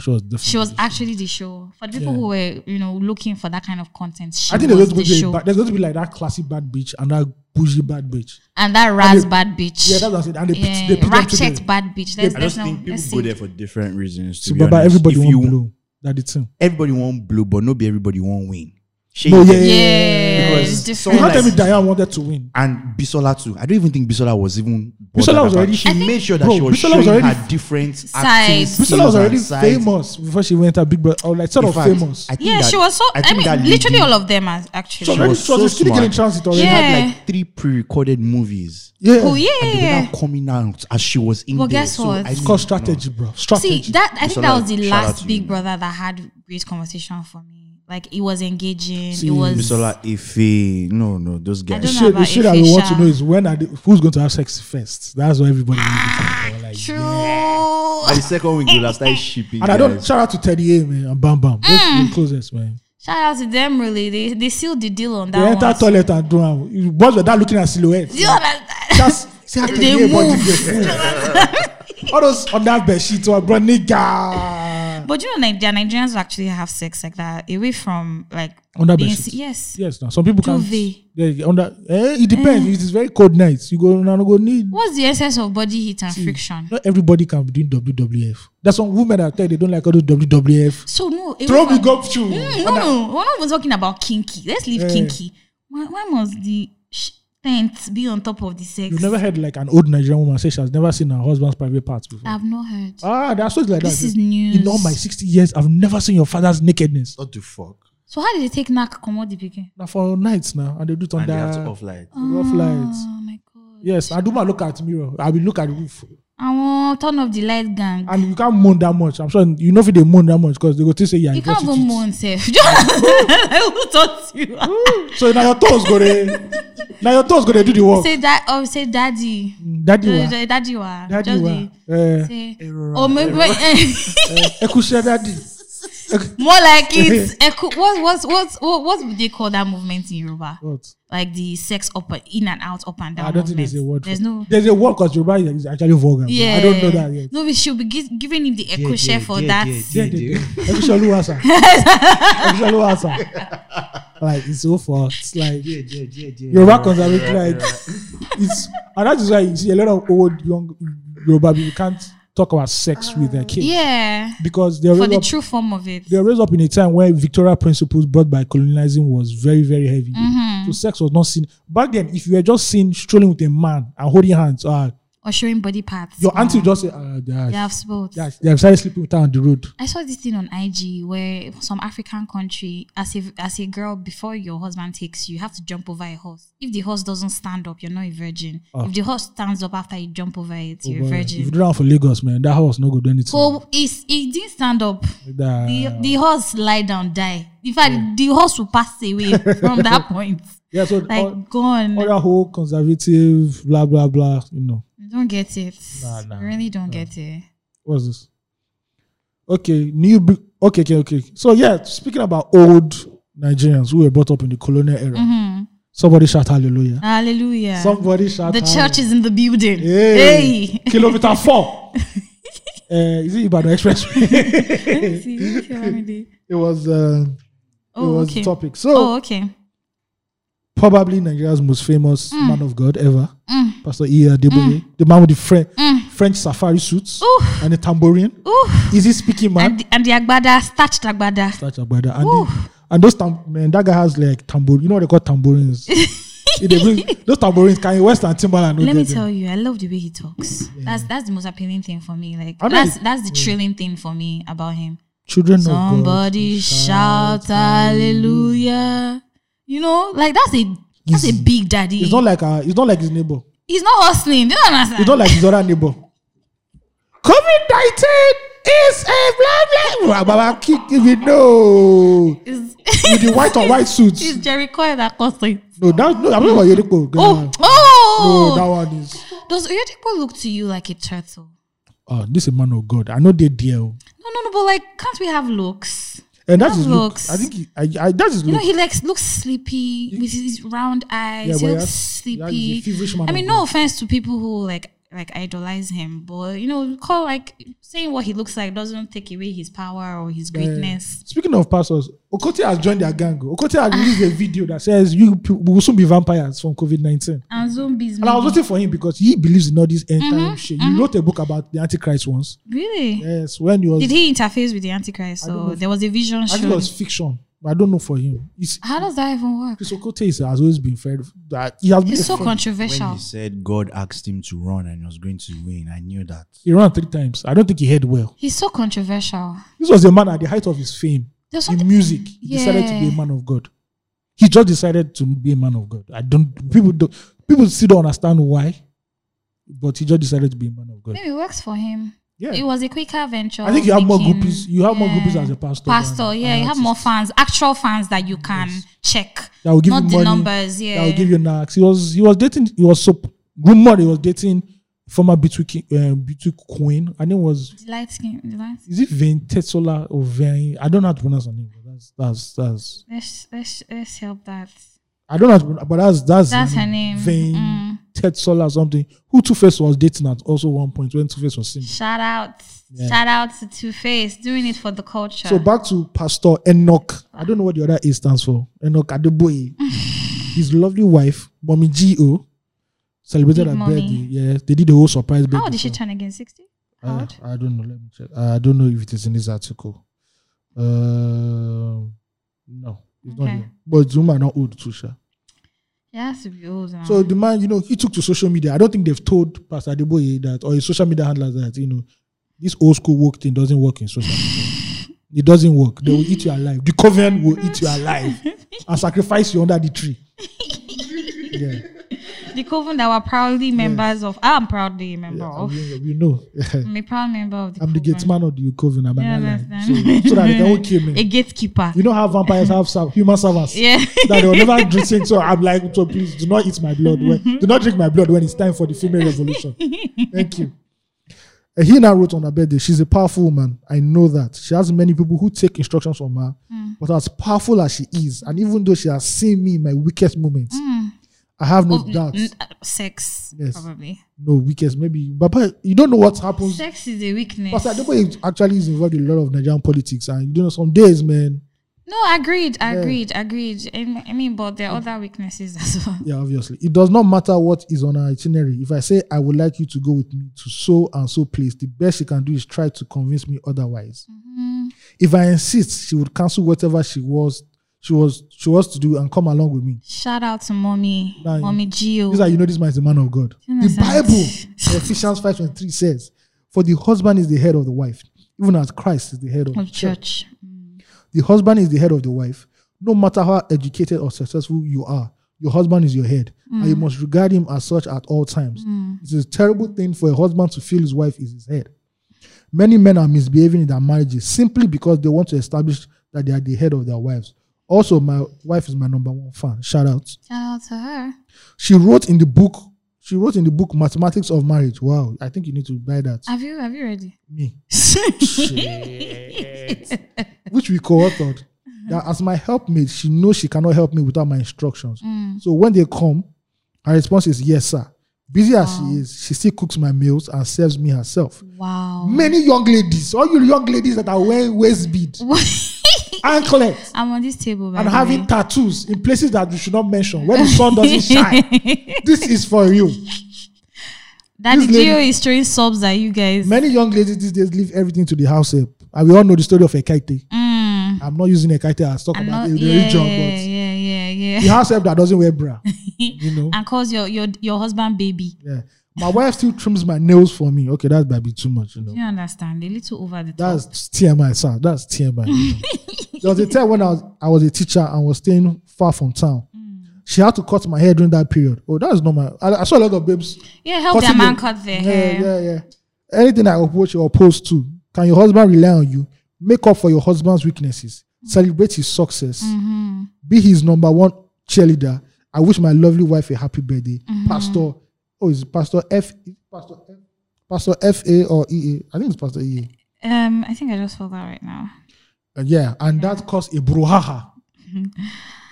she was definitely.
She was actually the show for the people
Yeah.
who were you know looking for that kind of content. She
I think
was
there's
the
going, to be a
show
ba- there's going to be like that classy bad bitch and that bougie bad bitch.
and that Raz
they-
bad bitch.
Yeah, that's what I said. And they
yeah,
pit, they pit them together.
ratchet bad bitch. Let's,
I
let's
just
not,
think people
let's
go
see.
there for different reasons. To
See,
be
Baba,
honest.
everybody
If
won't
you-
blow. That the thing.
Everybody won't blow, but not be everybody won't win. Shey
No,
is
yeah,
a-
yeah,
Yeah, it's
Because
You can't
different.
someone
tell me
like-
Diane wanted to win.
and Bisola too. I don't even think Bisola was even.
was
bothered about-
already-
She
I
think-
made sure that
Bro,
she was
Bisola
showing
was already-
her different acting
Sides.
skills
Priscilla was
and
already
sides.
famous before she went to Big Brother, or like sort
In
of
fact,
famous.
I think
Yeah,
that-
she was so. I,
think
mean,
that
literally
lady-
all of them as actually.
She was
She
already-
was
she was
so
still getting
smart.
transit
She
already.
Yeah.
had like three pre-recorded movies.
Yeah,
Oh
And they were
yeah.
not coming out as she was in
Well,
there.
guess
So
what?
I
It's
it's
mean,
called
no.
strategy, bro. Strategy.
See that I
It's
think that
all
was the
right. Shout out
last
to
Big
you.
Brother that had great conversation for me. Like it was engaging.
See,
it was.
Bisola Ife, no, no, those
I don't
the
know
guys.
shit, the
about
shit that we want to
Ifesha.
know is when are they, who's going to have sex first. That's what everybody needs. Like,
Ah, True.
And the second week, they'll start shipping.
and I don't
guys.
shout out to Teddy A, man, and Bam Bam. Those
Mm.
are the closest, man.
Shout out to them, really. They they sealed the deal on
They
that
enter
one.
toilet and do am. Boys were that looking at silhouettes.
Do you understand?
Just see how
They
Teddy A body
move.
get. All those on that bed sheet were bro, nigga.
But you know, Niger- Nigerians who actually have sex like that away from like
Under
being
bed
se-
sheet.
yes.
Yes, now some people can.
Duvet.
Yeah, on that, eh, it depends. If it's very cold nights, you go now go need.
What's the essence of body heat and friction?
Not everybody can be doing WWF. That's what women are telling. They don't like all those WWF.
So no. away
Throw
from-
me golf shoe.
Mm, no, no, we're not even talking about kinky. Let's leave
Eh.
kinky. Why, why must the sh- tent be on top of the sex?
You've never heard like an old Nigerian woman say she has never seen her husband's private parts before.
I've not heard.
ah, there are stories like
this
that.
is news.
In all my 60 years, I've never seen your father's nakedness.
What the fuck?
so how did they take knack come out the picking?
Now for nights now, and they do it on
And they have to
that
off light.
rough lights.
Oh my god.
Yes, I do my look at mirror. I will look at the roof,
I want turn off the light gang.
and you can't moan that much. I'm sure you know if they moan that much because they go to say yeah.
you can't even moan safe. Who taught you?
Oh. So now your toes go there. Now your toes go there do the work.
say that oh say daddy.
Daddy, wa,
Daddy, daddy wa.
ah? daddy,
Just
wa.
the-
Eh.
Say,
Erora,
or maybe
Ekushe daddy.
more like it's echo. What what's what's what what would they call that movement in Yoruba?
What?
like the sex up and in and out, up and down.
I don't think
movement.
there's a word.
There's
for
no.
There's a word because Yoruba is actually vulgar.
Yeah.
I don't know that yet.
No, we should be gi- giving him the echo
yeah,
share for
yeah,
that.
yeah,
Yeah, they do. Ekushalu Asa. Ekushalu Asa. Like it's so far. It's like
Yeah, yeah, yeah, yeah.
Yoruba conservative. Like it's and that is why you see a lot of old young Yoruba people can't talk about sex with their kids
Uh, Yeah,
because they're
for the
up,
true form of it.
they were raised up in a time where Victoria principles brought by colonizing was very, very heavy.
Mm-hmm.
So sex was not seen. Back then, if you were just seen strolling with a man and holding hands, uh,
or showing body parts.
Your auntie
or
just say, uh, they, are,
they have spots.
they are- they have started sleeping with her on the road.
I saw this thing on IG where some African country, as if as a girl, before your husband takes you, you have to jump over a horse. If the horse doesn't stand up, you're not a virgin.
Ah.
If the horse stands up after you jump over it,
Oh,
you're a
boy. If you
virgin.
do that for Lagos, man, that house no go do anything.
So it's, it didn't stand up.
That-
The, the horse lie down, die. In fact, the horse will pass away from that point.
yeah, so
Like
all,
gone.
all that whole conservative blah blah blah. You know
I don't get it.
Nah, nah,
I really don't get it.
what's this? Okay, new. bri- Okay, okay, okay. So yeah, speaking about old Nigerians who were brought up in the colonial era,
Mhm.
somebody shout hallelujah.
Hallelujah.
Somebody shout.
the
hallelujah.
church is in the building.
Hey,
Hey.
kilometer four. uh, is it Ibadan Expressway?
See, what's your remedy?
it was. Uh, it
Oh,
was
okay.
the topic. So
Oh, okay.
probably Nigeria's most famous man of God ever,
Mm.
Pastor E. Adebole, the man with the French
Mm.
French safari suits
Ooh.
and the tambourine.
Ooh.
Easy speaking man.
And, the- and the agbada, starched agbada.
Such a brother. And,
Ooh.
the- and those tam- man, that guy has like tambour. You know what they call tambourines. If they bring- those tambourines, Kanye West and Timbaland.
Let me tell you, I love the way he talks. That's that's the most appealing thing for me. Like
I mean-
that's that's the thrilling thing for me about him.
children of God.
Somebody shout hallelujah. You know, like that's a that's a
He's-
big daddy.
It's not like uh, it's not like his neighbor.
He's not hustling. Do you understand?
It's not like his other neighbor. COVID nineteen is a blah blah. Baba kick if you know
It's-
with the white on white
It's
suits.
Jerry Coyle that caused it.
No, that no. I'm talking about Yeriko.
Oh,
no,
oh!
that one is.
Does Oyedepo look to you like a turtle?
Oh, this is a man of God. I know they deal.
No, no, no. But like, can't we have looks?
And that's
That
his looks.
looks-
I think he, I, I, that's his
You know,
look.
he like looks sleepy with his round
Yeah,
eyes.
but
he
he
looks
has- he has-
sleepy.
he's a feverish man
I
of
mean, no
God.
offense to people who like like idolize him, but you know, call like saying what he looks like doesn't take away his power or his
Yeah.
greatness.
Speaking of pastors, Okotie has joined their gang. oh. Okotie has released a video that says you pe- we will soon be vampires from COVID nineteen.
And zombies.
And I was
maybe.
waiting for him because he believes in all this end
Mm-hmm.
time shit. He wrote a book about the Antichrist once.
really?
Yes, when he was
Did he interface with the Antichrist?
I don't know
So
if-
there was a vision
I think it
shown.
was fiction. But I don't know for him. It's,
How does that even work?
Chris Okotie is- has always been fair. That he has been
It's
a
so
friend.
When he
controversial.
said God asked him to run and he was going to win, I knew that.
He ran three times. I don't think he heard well.
He's so controversial.
This was a man at the height of his fame.
There's
in
something.
music, he decided to be
Yeah.
a man of God. He just decided to be a man of God. I don't people don't people still don't understand why, but he just decided to be a man of God.
Maybe it works for him. It
Yeah,
was a quicker venture.
I think you have more
making-
groupies. You have more
Yeah.
groupies as a pastor. than
pastor.
an
Yeah, you have more
artist.
fans, actual fans that you can
Yes.
check,
That will give
not
you
the
money.
numbers. Yeah,
That will give you knacks. He was he was dating. He was so rumored he was dating former beauty king, uh, beauty queen. Her name was
the light skin. The light.
is it Ventesola or Vain? I don't know how to pronounce her name. But that's that's that's
Let's, let's let's help that.
I don't know, how to pronounce- but that's that's
That's her name.
Vain
Mm.
Tetsuola or something. Who Two Face was dating at also one point when Two Face was singing.
Shout out,
Yeah.
shout out to Two Face doing it for the culture.
So back to Pastor Enoch. I don't know what the other A stands for. Enoch Adeboye. His lovely wife, Mommy G O, celebrated
Big
her
mommy.
birthday. Yes, they did a whole surprise birthday.
how old did she
for-
turn again? Sixty. How
Uh,
old?
I don't know. Let me check. I don't know if it is in this article. Uh, no, it's not
Okay.
here. But Zuma not old, Tusha.
She has to be old now.
So the man, you know, he took to social media. I don't think they've told Pastor Adeboye that or his social media handlers that, you know, this old school work thing doesn't work in social media. it doesn't work. They will eat you alive. The coven will eat you alive and sacrifice you under the tree. yeah.
the coven that were proudly members of. I'm proudly a member
yeah.
of.
You, you know.
I'm a proud member of the.
I'm the
coven.
gateman of the coven. I'm an
Yeah,
ally.
understand.
So, so that they can all kill
A
me.
gatekeeper.
You know how vampires have serv- human servants.
Yeah.
That they will never drink. So I'm like, so please do not eat my blood.
Mm-hmm.
When, do not drink my blood when it's time for the female revolution. Thank you. Uh, he now wrote on her birthday, she's a powerful woman. I know that. She has many people who take instructions from her.
Mm.
But as powerful as she is, and even though she has seen me in my weakest moments, I have no
Mm. Oh,
doubt.
n- n- Sex,
Yes.
probably.
No weakest, maybe. Baba, you don't know what happens.
Sex is a weakness.
Pastor Adeboye actually is involved in a lot of Nigerian politics. And you know, some days, man,
No, agreed, agreed, agreed. I m- I mean, but there are other weaknesses as well.
yeah, obviously. It does not matter what is on her itinerary. If I say I would like you to go with me to so and so place, the best she can do is try to convince me otherwise. If I insist, she would cancel whatever she was she was she was to do and come along with me.
Shout out to mommy,
Nah,
mommy Gio.
This is how you know this man is the man of God.
You
The
understand?
Bible, Ephesians 5 and 3 says, For the husband is the head of the wife, even as Christ is the head of,
of
the church.
church.
The husband is the head of the wife. No matter how educated or successful you are, your husband is your head, and you must regard him as such at all times. It's a terrible thing for a husband to feel his wife is his head. Many men are misbehaving in their marriages simply because they want to establish that they are the head of their wives. Also, my wife is my number one fan. Shout out.
Shout out to her.
She wrote in the book. She wrote in the book Mathematics of Marriage. Wow, I think you need to buy that.
Have you have you ready?
Me, which we co-authored.
Mm-hmm.
That as my helpmate, she knows she cannot help me without my instructions.
Mm.
So when they come, her response is yes, sir. Busy as she is, she still cooks my meals and serves me herself.
wow.
Many young ladies, all you young ladies that are wearing waist bead, anklets,
I'm on this table. By
and
the
having
way.
tattoos in places that you should not mention where the sun doesn't shine. This is for you.
Daddy
this lady-
Gio is throwing subs at you guys.
Many young ladies these days leave everything to the house help. And we all know the story of Ekaite.
Mm.
I'm not using Ekaite as talk
I know-
about the
yeah,
religion,
yeah,
but
yeah, yeah, yeah.
the house help that doesn't wear bra. You know?
and calls your your your husband baby.
Yeah. My wife still trims my nails for me. Okay, that's maybe too much, you know.
Do you understand? A little over the top.
That's TMI, sir. That's TMI. you know. there was a time when I was, I was a teacher and was staying far from town. She had to cut my hair during that period. Oh, that's not my. I, I saw a lot of babes.
yeah, help their
cutting
man
the-
cut their
yeah,
hair.
yeah, yeah. Anything I oppose or oppose to, can your husband rely on you? Make up for your husband's weaknesses.
Mm-hmm.
Celebrate his success. Be his number one cheerleader. I wish my lovely wife a happy birthday.
Mm-hmm.
Pastor, oh, is it Pastor F? Pastor F? Pastor F A or E A? I think it's Pastor E A.
Um, I think I just saw that right now.
Uh, yeah, and that caused a brouhaha. A
Mm-hmm.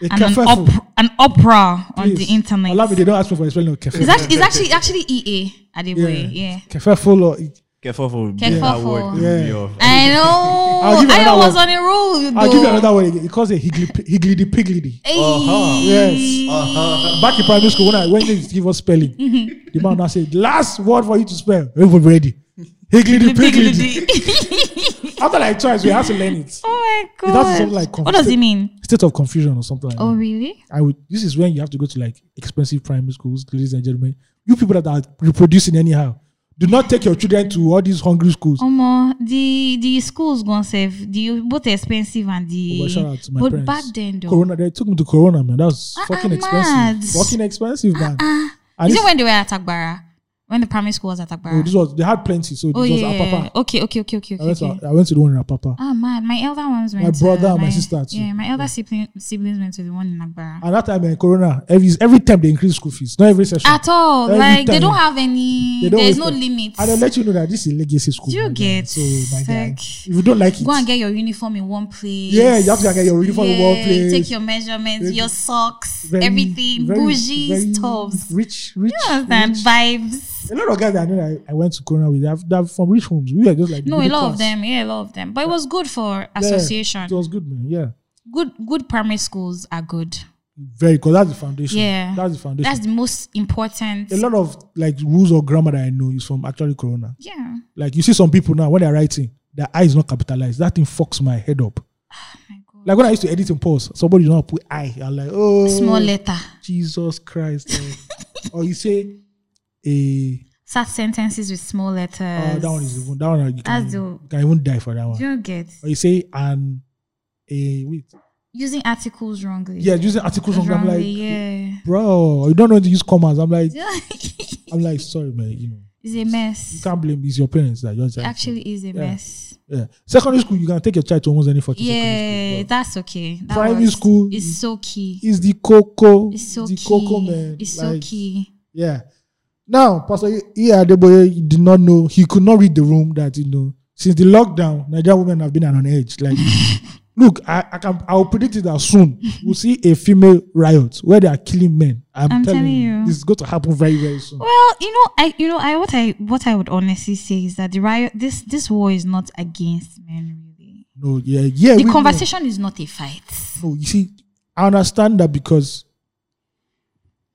And an,
kerfuffle.
op- an opera on the
Please.
internet.
Allow me, they don't ask me for explaining
It's
kerfuffle.
actually, it's actually actually EA Adeboye. Yeah.
Kerfuffle or e-
Careful for
Careful
that
for-
word.
Yeah.
Yeah.
I know.
I'll give you
oh, I
another
was
one.
on a roll.
I'll give you another one again. It caused a higgledy higgledy piggledy.
Hey.
Uh-huh.
Yes. Uh-huh. Back in primary school, when I when they used to give us spelling, the man now said, "Last word for you to spell, everybody." Higgledy piggledy. After like twice, we had to learn it.
oh my
It has to
god.
something like
what does it mean?
State of confusion or something like
Oh
that.
really?
I would. This is when you have to go to like expensive primary schools, ladies and gentlemen. You people that are reproducing anyhow, do not take your children to all these hungry schools.
Oh, Omo, the the schools gonna save the both expensive and the
Oh, But shout out to my
but
parents.
back then though.
Corona, they took me to Corona, man. That was
Ah,
fucking
ah,
expensive.
mad.
Fucking expensive, man. And
Is
this,
it when they were at Agbara? When the primary school was at Agbara?
oh, this was they had plenty, so this
Oh,
was
yeah.
Apapa.
Okay, okay, okay, okay,
I
okay.
went,
okay.
to, I went to the one in Apapa.
Ah man, my elder ones went.
My
to-
brother and my sister too.
Yeah, my elder sibling, siblings went to the one in Agbara.
And that time in Corona, every every time they increase school fees, not every session.
At
Ah,
all,
Every
like they
time.
don't have any.
They don't
There's no
waste time.
limits.
and they let you know that this is legacy school.
Do you
my guy.
get
so my guy?
sick?
If you don't like it,
Go and get your uniform in one place.
Yeah, you have to get your uniform in one place.
Take your measurements,
Very-
your socks,
very-
everything,
very-
bougies,
very
tops.
rich, rich,
You understand?
rich.
Vibes.
A lot of guys that I know that I, I went to Corona with, they're, they're from rich homes. We are just like the
No, a
middle
lot of
class.
them. Yeah, a lot of them. But it was good for
Yeah,
association.
It was good, man. Yeah,
Good, good primary schools are good.
very. Cause that's the foundation.
Yeah.
that's the foundation.
That's the most important.
a lot of like rules or grammar that I know is from actually Corona.
Yeah.
Like you see some people now when they're writing, their eye is not capitalized. That thing fucks my head up.
My God.
Like when I used to edit in pause, somebody did not put I. I'm like, oh,
Small letter.
Jesus Christ. eh. or you say a
Start sentences with small letters.
uh, that one is even that one you can,
That's the-
you can even die for that
Do
one.
you get
Or you say and a wait
using articles wrongly?
yeah using articles wrong. I'm
wrongly.
like,
yeah.
bro, you don't know how to use commas. I'm like,
it's
I'm like, sorry man, you know
a
you
mess.
can't blame it's your parents that you're
It actually is a mess.
yeah. Secondary school you can take your child to almost any fucking secondary
Yeah,
school.
that's okay. That
Primary
works.
school
is
is-
so key.
but It's the coco,
It's so
the
key.
coco man.
It's so
like,
key.
Yeah. Now, Pastor E. Adeboye did not know, he could not read the room that, you know, since the lockdown, Nigerian women have been on edge. Like, look, I, I can, I'll predict it that soon we'll see a female riot where they are killing men. I'm,
I'm
telling,
telling
you,
you.
it's going to happen very, very soon.
Well, you know, I you know, I what I what I would honestly say is that the riot this this war is not against men really.
No, yeah, yeah.
The
we know.
conversation is not a fight.
No, you see, I understand that because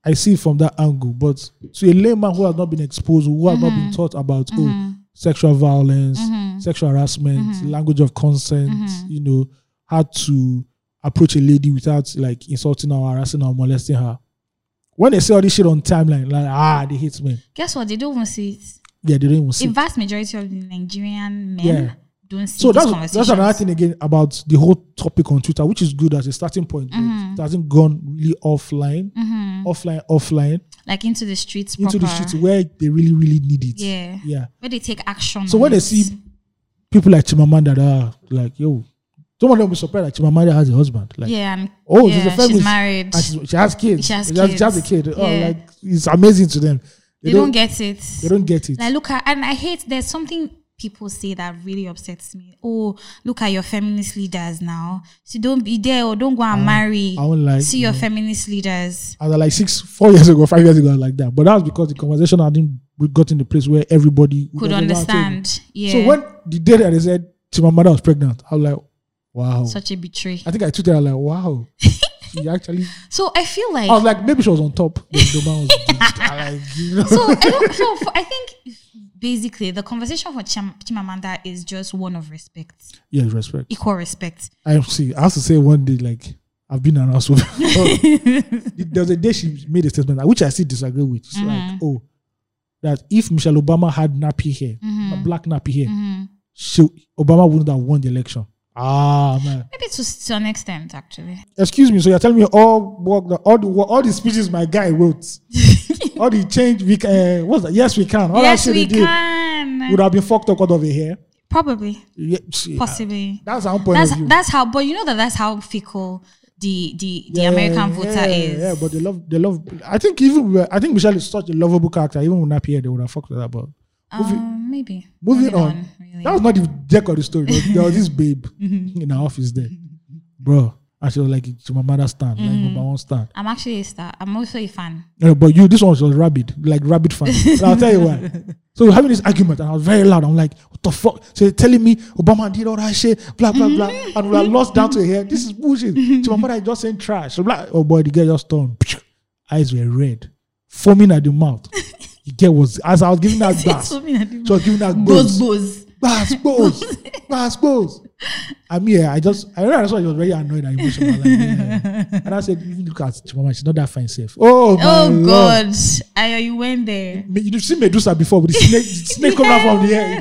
I see it from that angle. But to a layman who has not been exposed, who has not been taught about oh, sexual violence, sexual harassment, language of consent, you know, how to approach a lady without like insulting her, harassing her, molesting her. When they see all this shit on timeline, like ah, they hate men.
Guess what? They don't even see it.
Yeah, they don't even see.
A vast majority of the Nigerian men
Yeah.
don't see
so
these
that's that's another
conversations.
thing again about the whole topic on Twitter, which is good as a starting point. but
Mm-hmm.
It hasn't gone really offline, offline, offline
Like into the streets
into
proper.
the streets where they really, really need it.
Yeah.
yeah.
Where they take action.
So
on
when they
it.
see people like Chimamanda, that are like yo, someone will be surprised that Chimamanda has a husband. Like
yeah, and
oh,
yeah,
she's a feminist.
she's married.
And she's- she has kids.
She has
She has a
kids.
kid. Oh,
Yeah.
like it's amazing to them.
they don't, get it.
They don't get it.
Like look at and I hate there's something people say that really upsets me. Oh, look at your feminist leaders now. So don't be there or don't go and marry.
I won't lie,
See your feminist leaders.
I was like six, four years ago, five years ago, I was like that. But that was because the conversation hadn't got in the place where everybody
Could
was around
understand.
it.
Yeah.
So when the day that they said Chimamanda was pregnant, I was like, wow.
such a betray.
I think I tweeted, I was like, wow. she actually.
So I feel like
I was like, maybe she was on top. when the man was duped. I like, you know.
so I don't, so for, I think basically the conversation for Chim- Chimamanda is just one of respect,
yeah, respect.
equal respect.
I see. I have to say one day, like I've been an asshole. before. there was a day she made a statement, which I still disagree with. It's
Mm-hmm.
like, oh, that if Michelle Obama had nappy hair,
Mm-hmm.
black nappy hair, she Obama wouldn't have won the election. Ah man,
Maybe to, s- to an extent, actually.
excuse me. So you're telling me all work, that- all the wo- all the speeches my guy wrote, all the change we can, uh, what's that? Yes, we can. All
yes,
that shit
we
he did
can.
would have been fucked up out of her hair.
Probably,
Yeah, she-
possibly.
That's our point
that's
of view.
that's how. But you know that that's how fickle the the the American voter
yeah,
is.
Yeah, but they love, they love. I think even we- I think Michelle is such a lovable character. Even with Napier, they would have fucked with her. But
um, maybe.
moving on,
really. Mm-hmm.
that was not the deck of the story. but there was this babe in our office there, bro, and she was like, "To my mother's stand, like
Mm-hmm.
number one stand."
I'm actually a star. I'm also a fan.
Yeah, but you, this one was rabid, like rabid fan. and I'll tell you why. So we're having this argument, and I was very loud. I'm like, "What the fuck?" So they're telling me Obama did all that shit, blah blah blah, and we're lost down to here. This is bullshit. so my mother is just saying trash. So I'm like, oh boy, the girl just turned. Eyes were red, foaming at the mouth. the girl was as I was giving that gas.
So
she
me and you-
was giving that
Buzz,
buzz, buzz,
buzz.
buzz, buzz, buzz. I mean, yeah, I just I realized I was very annoyed and emotional. Like, yeah. And I said, even look at Chimama, she's not that fine, safe. Oh my
Oh
Lord.
God! I you went there.
Me- You've seen Medusa before, but the snake, the snake come out from the air.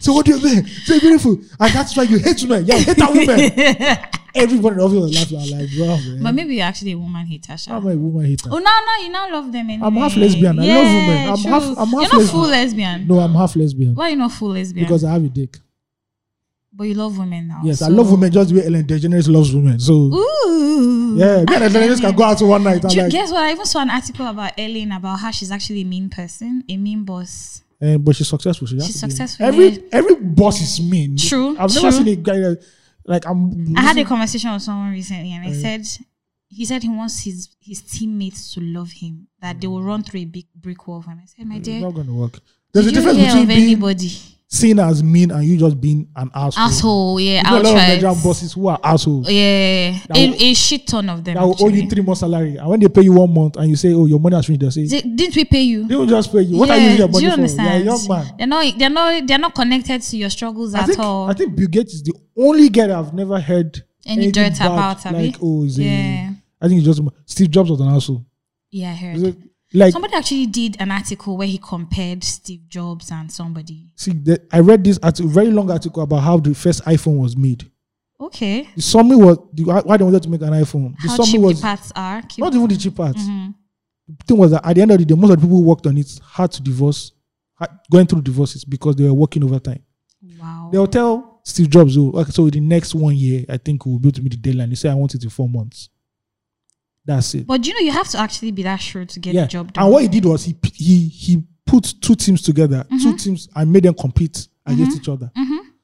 So what do you mean? So beautiful. And that's why you hate women. Yeah, you hate that woman. Everybody in the office was laughing. I'm like, bro, man.
But maybe you're actually a woman hater. Sha.
I'm a woman hater.
oh no, no, you now love them anyway.
I'm half lesbian. I love women. I'm
true.
half- I'm half
You're not full lesbian.
No, I'm half lesbian
Why you not full lesbian?
because I have a dick.
but you love women now.
Yes, I
so-
love women just the way Ellen DeGeneres loves women. So
Ooh.
yeah, me and Ellen DeGeneres can go out one night.
Do you,
I'm like,
guess what? I even saw an article about Ellen about how she's actually a mean person, a mean boss.
eh, but she's successful. She has
She's
to be-
successful, yeah.
Every every boss is mean.
True,
I've never
true.
seen a guy that- like I'm.
I had a conversation with someone recently, and I said, he said he wants his his teammates to love him, that they will run through a big brick wall. And I said, my
It's
dear,
not gonna work. Mm. There's a
did you
difference
hear
between
of
being
anybody?
seen as mean and you just being an asshole.
Asshole, yeah,
You know, a lot of
outright.
Nigerian bosses who are assholes.
Oh, Yeah,
That
a,
will-
a shit ton of them.
That will owe
actually.
you three months salary, and when they pay you one month, and you say, "Oh, your money has finished," they say,
Di- Didn't we pay you?
"They will just pay you." What are you
Yeah,
using your
do
money
you
for? You're a
understand?
young man.
They're not. They're not. They're not connected to your struggles
I
at
think
all.
I think Bill Gates is the only guy that I've never heard
Any
anything
dirt about,
Bad,
abi?
like, oh, he's a-
Yeah.
I think it's just Steve Jobs was an asshole.
yeah, I heard.
Is it- Like,
Somebody actually did an article where he compared Steve Jobs and somebody.
see, the, I read this article, very long article about how the first iPhone was made.
Okay.
The summary was the, why they wanted to make an iPhone. The
How
summary
cheap
was
the Mm-hmm. parts are. Keep-
not even the cheap parts. The thing was that at the end of the day, most of the people who worked on it had to divorce, had, going through divorces because they were working overtime.
wow.
They'll tell Steve Jobs, oh, okay, so in the next one year, I think we'll be able to meet the deadline. They say, I want it in four months. That's it.
But you know, you have to actually be that sure to get
yeah.
the job done.
And what he did was he p- he he put two teams together,
Mm-hmm.
two teams, and made them compete against each other.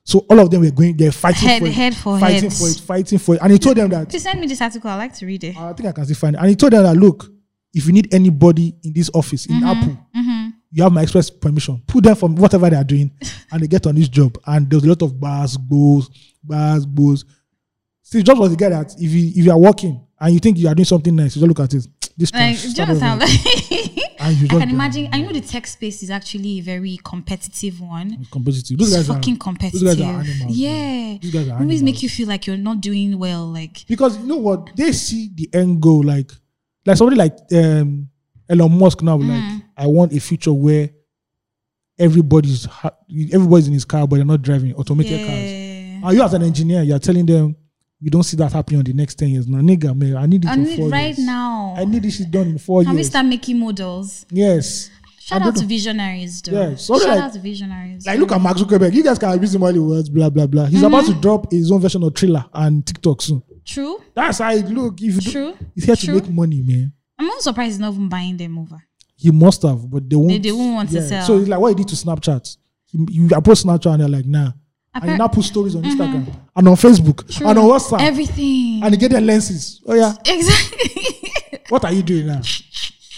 So all of them were going, they're fighting
Head-
for it,
head for
fighting
heads.
for it, fighting for it. And he told them that
Please send me this article. I like to read it.
I think I can still find it. And he told them that look, if you need anybody in this office in
Mm-hmm.
Apple, you have my express permission. Put them from whatever they are doing, and they get on this job. And there's a lot of bars, goals, bars, goals. Steve Jobs was the guy that if you if you are working and you think you are doing something nice, you just look at it. This
Like,
trash.
do you
start over.
understand?
And Ah, you
I
just
can
don't-
imagine. I know the tech space is actually a very competitive one.
It's competitive. Those
It's
guys
fucking
are,
competitive.
Those guys are animals. man.
yeah.
These guys are
Movies
animals.
make you feel like you're not doing well. Like,
because you know what they see the end goal like like somebody like um Elon Musk now
Mm.
like I want a future where everybody's ha- everybody's in his car but they're not driving automated cars
yeah.
and you as an engineer you're telling them you don't see that happening on the next 10 years now nigga man I need it
I
in
need
four
right
years.
now.
I need this shit done in four
Can we
years
start making models?
yes I
Shout out
don't
to
know.
visionaries, though.
Yeah, so
Shout
like-
out to visionaries.
like look at Mark Zuckerberg you guys can abuse him all the words blah blah blah he's about to
Mm-hmm.
drop his own version of Thriller and TikTok soon
True,
that's how it look if you do-
true.
he's here
true.
to make money man
I'm not surprised he's not even buying them over.
he must have, but they won't.
they won't want to sell.
So it's like what he did to Snapchat. You, you approach Snapchat and they're like, nah. and
Appar- Mm-hmm.
you now put stories on Instagram and on Facebook
True.
and on WhatsApp
Everything.
and you get their lenses. Oh yeah,
exactly.
what are you doing now?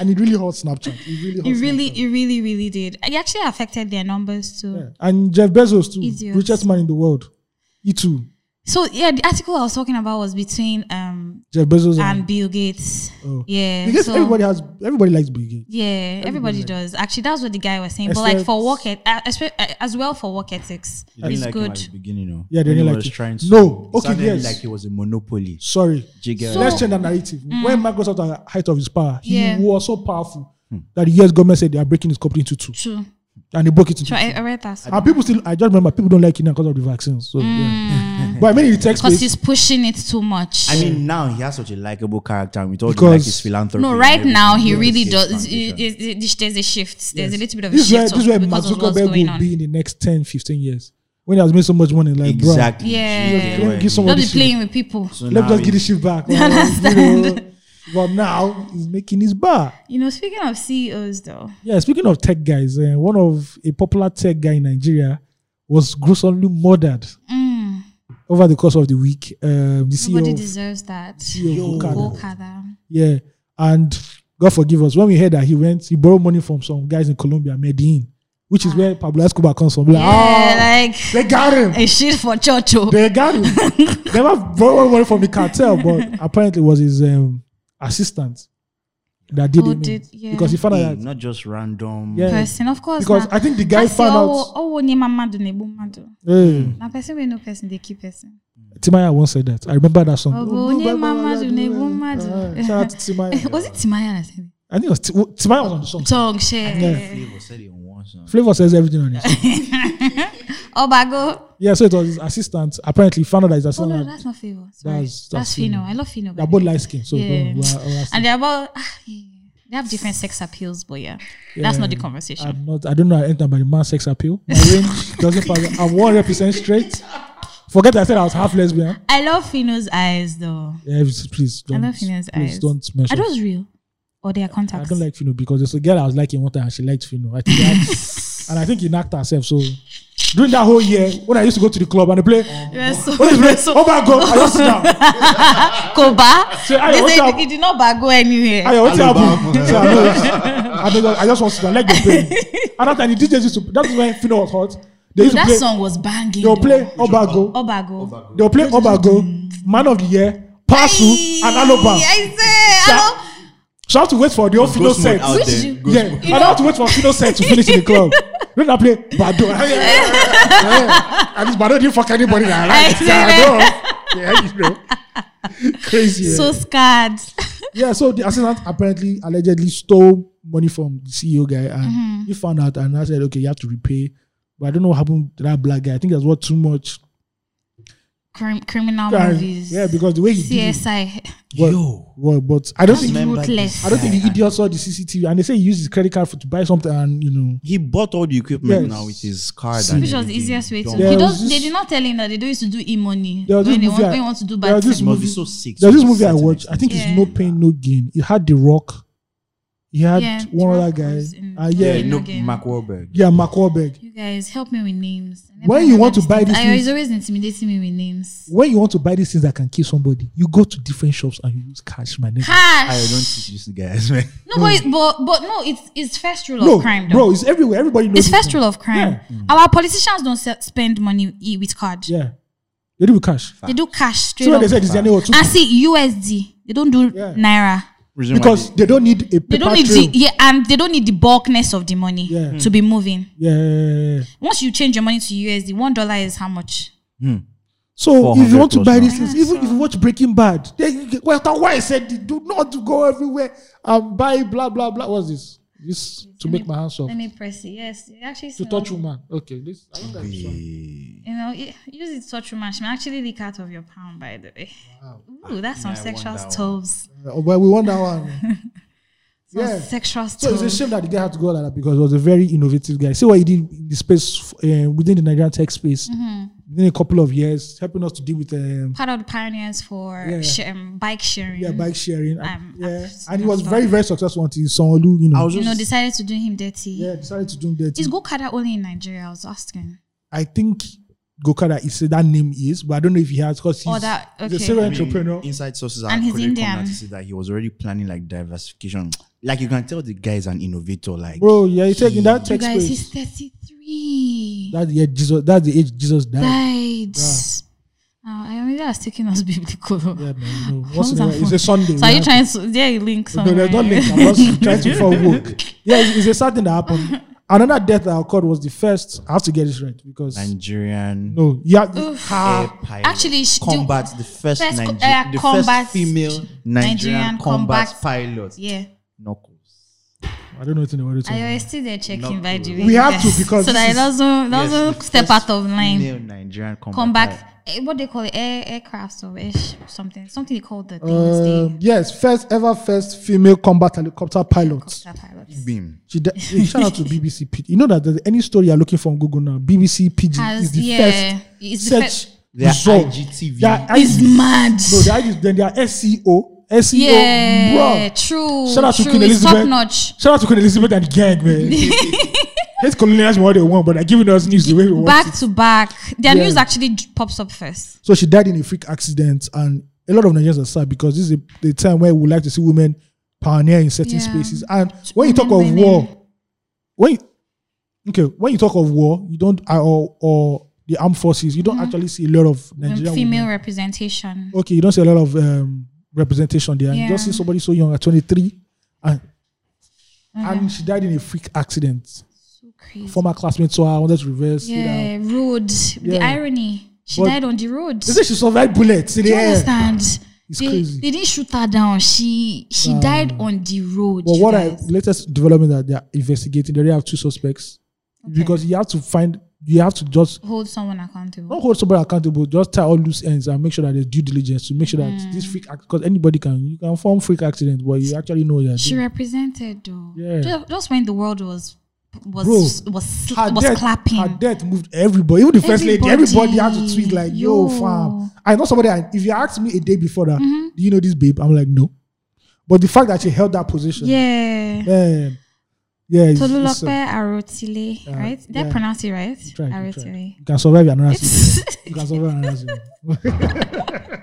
And it really hurt Snapchat. It really hurt.
it really,
Snapchat.
it really, really did. It actually affected their numbers too.
Yeah. And Jeff Bezos too,
Idiot.
richest man in the world. He too.
So yeah, the article I was talking about was between um
Jeff Bezos and,
and Bill Gates.
oh.
Yeah.
because
so,
everybody has everybody likes Bill Gates.
Yeah, everybody does. Actually, that's what the guy was saying. but like for work, et- uh, espe- uh, as well for work ethics,
He didn't
it's
like him
good.
at the beginning, no.
Yeah, they didn't
When he
like
was
it.
trying to.
No,
it
okay,
sounded
yes.
Like it was a monopoly.
Sorry.
Jigger.
So-
Let's change the narrative. When Microsoft at the height of his power, he
Oh. Mm. Yeah.
was so powerful
Hmm.
that the US government said they are breaking his company into two.
True.
And they broke it into
True. I, I read that.
And people still, I just remember people don't like it now because of the vaccines. So, yeah. but I mean, in the tech
Mm. because
space,
he's pushing it too much.
I mean, now he has such a likable character and with all the
Because-
like his philanthropy.
no,
and
right
everything,
now he
yeah,
really
his
does.
foundation.
it- it- it- there's a shift. There's a little bit of a
this is where,
shift
this is where
of,
Mark
because of what's
Zuckerberg
going
will
on.
be in the next 10, 15 years when he has made so much money. Like,
Exactly.
Yeah.
Yeah,
Let me
yeah,
give someone
Don't be
this
playing with people.
So
bro, let
now
me just
he-
get this shit back. Like, you know, but now he's making his bar.
You know, speaking of CEOs, though,
Yeah, speaking of tech guys, uh, one of a popular tech guy in Nigeria was gruesomely murdered E
mm,
over the course of the week. Um, the CEO,
nobody
of-
deserves that.
CEO of E Okada.
Okada.
Yeah. And God forgive us. When we heard that he went, he borrowed money from some guys in Colombia, Medellin, which is where Pablo Escobar comes from. Like, ah,
Ah. Yeah, like
they got him.
a shit for Chocho.
They got him. Never borrowed money from the cartel, but apparently it was his um, assistant that did
Who
it.
Oh, did- yeah.
Because he found
Hey,
out that.
not just random.
Yeah.
Person, of course.
Because
na.
I think the guy
Kasi
found
owo-
out.
owo ni mama do ne bo mado.
Hey,
Na person we no person they keep person.
Timaya once said that. I remember that song. Oh,
Ogo ni mama do ne bo mado.
Ah, shout out to Timaya.
Was it Timaya? that said it?
I think it was Ti- Timaya was on the song.
Tongue share.
Yeah.
Flavor said it on one song.
Flavor says everything on it.
Obago.
Yeah, so it was his assistant. Apparently, found out that his
Oh
assistant
no,
had-
that's not Favour. Sorry.
That's-
That's,
that's
Fino.
Fino.
I love Fino. by
They're
the
both
way.
light skin, so
Yeah.
don't- we're- we're-
and they're about ah, yeah. they have different sex appeals, but yeah, that's not the
Yeah.
conversation.
I'm not. I don't know. I enter by the man's sex appeal. My range doesn't. Pass, I'm one percent straight. Forget I said I was half lesbian.
I love Fino's eyes though.
Yeah, please, please
I
don't.
love Fino's
please
eyes.
don't mention.
Are those real or they are
I
contacts?
don't like Fino because there's a girl I was liking one time and she liked Fino. I think, I, and I think he knocked herself. So during that whole year, when I used to go to the club and they play,
Yeah, so,
what is red?
so
Oh my god! I just sit down.
Koba,
Say, "Ayo,
they
what's
said
up?"
he did not back go anywhere.
Ayo, what's
Hello,
happening?
Bob.
So I, know it's- I, don't know, I just want to sit down. Like the pain. And that time the DJs used to. That's when Fino was hot. They used to
that
play.
song was banging.
They'll
though.
play Obago.
Obago.
They'll play Obago, Man of the Year, Pasu,
Hey,
and Aloba.
I say,
Tá.
Alo-
So I have to wait for the old Fino
Ghost mode
set.
out
Which
there.
you-
Ghost
Yeah,
mode.
and I have to wait for Fino set to finish in the club. Then I play Bado. Yeah, yeah, yeah. And this Bado didn't fuck anybody. That I like.
Exactly.
Yeah, I know. Yeah, you know. Crazy. Yeah.
So scared.
yeah, so the assistant apparently allegedly stole money from the CEO guy, and
Mm-hmm.
he found out, and I said, okay, you have to repay. But I don't know what happened to that black guy. I think that's what too much.
Crim- criminal
Yeah,
movies.
Tá. yeah, because the way he did it,
CSI.
But,
Yo.
well, but I don't think
Remember ruthless.
this
I don't think
guy,
the idiot saw the CCTV, and they say he used his credit card for, to buy something, and you know,
and He bought all the equipment
Yes.
now with his card.
See.
and
Which was the
everything.
easiest way to.
Dumb.
Yeah,
he
it was
does, they
just-
did not tell him that they don't used to do e money.
There was this
When they
movie
want,
I-
when they want to do
there
bad
was this
things.
It must be
movie-
so sick.
there's this
to a
movie I
certain
watched. I think it's
extent.
no pain, no gain. It had The Rock. He had
Yeah,
one
The
other
Rock
guy.
was in-
Uh,
Yeah,
yeah,
no
no
gain.
Mark Wahlberg.
yeah, Mark Wahlberg.
You guys help me with names. I never
When you
know
want
that
to buy
thing-
these
I- he's
things-
always intimidating me with names.
When you want to buy these things that can kill somebody, you go to different shops and you use cash, my nigga.
Cash.
I don't teach these guys, man.
no, but, it- but but no, it's it's first rule
No,
of crime,
Hmm. bro,
though.
it's everywhere. Everybody knows.
it's
this
first
thing.
rule of crime. Hmm.
Yeah.
Our politicians don't se- spend money e- with card.
Yeah, they do with cash.
They do cash straight
So when
up.
they said it's their name or two.
I see USD. They don't do
Yeah.
naira.
reason
because
why
they don't need a paper
They don't need
trail.
the yeah, and they don't need the bulkness of the money
Yeah.
to be moving.
yeah.
Once you change your money to USD, one dollar is how much?
So if you want to
400
buy
plus
these things, even if you watch Breaking Bad, then you get- well, that's why I said it, do not go everywhere and buy blah blah blah. What's this? This to make my hands soft
Let me press it. Yes, it actually.
to
smells-
touch woman. Okay, this. I look at this one.
they,
You know, it, use it to touch your man. She may actually leak out of your palm, by the way.
Wow.
Ooh, that's some
Yeah, I
sexual
want that one.
stoves.
Uh, but we want that one.
Some
Yeah.
sexual
So it's
stoves.
a shame that the guy had to go like that because he was a very innovative guy. See what he did in the space uh, within the Nigerian tech space within a couple of years, helping us to deal with um,
Part of the pioneers for
Yeah.
sh- um, bike sharing.
yeah bike sharing.
I'm-
yeah,
I'm-
and he
I'm
was
sorry.
very very successful until Sonolu, you know,
I was
You know,
just
decided to do him dirty.
yeah decided to do that.
Is Gokada only in Nigeria? I was asking.
I think Gokada is that name is, but I don't know if he has because he's,
Oh, that-
he's
okay.
a serial
I mean,
entrepreneur.
Inside sources
And
and
he's
he's Indian.
Indian.
to see that he was already planning like diversification. Like you can tell the guy is an innovator. Like
Bro, yeah, he's taking that
You
tech
guys,
space.
he's 33.
That yeah, Jesus, that's the age Jesus died.
died. Oh, I mean, that's taking us biblical.
Yeah, man, you know, once
Phones
in a
and
while, it's a
phones.
Sunday.
So are you
man.
trying to? Yeah, you link
No,
somewhere.
there's not link. I'm just trying to fall woke. Yeah, it's, it's a sad thing that happened. Another death that occurred was the first. I have to get this right because
Nigerian
no, yeah,
air
ah,
pilot.
Actually, she-
combat the first,
First co-
Niger-
air
the
combat-
first female
Nigerian
Nigerian combat,
combat-
pilot.
Yeah,
Knuckles.
I don't know anything about it.
I was still there checking
Not
by the
good.
way.
We have to
guys.
because
so
this
that it
is-
doesn't doesn't
the
step
first
out of line.
Female Nigerian combat.
Come
pilot.
back. eh, What they call it? Air, aircraft or air, sh- something? Something they call the things
Uh,
they
yes, first ever first female combat helicopter pilot.
helicopter pilots.
Beam.
She di- hey, shout out to BBC Pidgin. You know that there's any story you're looking for on Google now. BBC Pidgin is
Has
the
yeah,
first
it's the
search
first.
Their
result.
IGTV.
Their
It's
IG
mad.
No, they are just- then E they are SEO. SEO,
yeah,
bro.
true.
Shout out to
true.
Queen
It's top
Elizabeth.
notch.
Shout out to Queen Elizabeth and the gang, man. Hate colonialism what they want, but they're giving us news the way we want.
Back to back, their
Yeah.
news actually j- pops up first.
So she died in a freak accident, and a lot of Nigerians are sad because this is a, the time where we like to see women pioneer in certain
Yeah.
spaces. And when you talk of
Women winning.
war, when you, okay, when you talk of war, you don't uh, or or the armed forces, you don't actually see a lot of Nigerian
Mm-hmm. female
women. Oh,
representation.
Okay, you don't see a lot of um, representation there. You just
Yeah.
see somebody so young at twenty three, and and she died in a freak accident.
So crazy.
Former classmate, so I wanted to reverse. it out.
yeah, road. The
Yeah.
irony. She
But-
died on the road.
They say she survived bullets in
Do
the
you
air. Ah,
understand?
It's
they,
crazy.
they didn't shoot her down. She she died on the road.
But
you
what I
guys.
latest development that they are investigating, they already have two suspects because you have to find, you have to just
hold someone accountable.
not hold somebody accountable, just tie all loose ends and make sure that there's due diligence to make sure that
Mm.
this freak because anybody can you can form freak accident, but you actually know you're
She
doing.
represented though.
Yeah.
Ju- Just, when the world was was
Bro,
was sl-
Her
was
death,
clapping.
her death moved everybody, even the first lady.
Everybody.
Everybody had to tweet like, "Yo,
Yo.
fam." I know somebody. I, if you asked me a day before that,
Mm-hmm.
do you know this babe? I'm like, no. But the fact that she held that position,
yeah.
man, yeah, it's- it's, uh,
Tolulope Arotile,
Uh,
right? Did I
yeah.
pronounce it right?
try, you try.
Arotile.
You can survive another season. you can survive another season.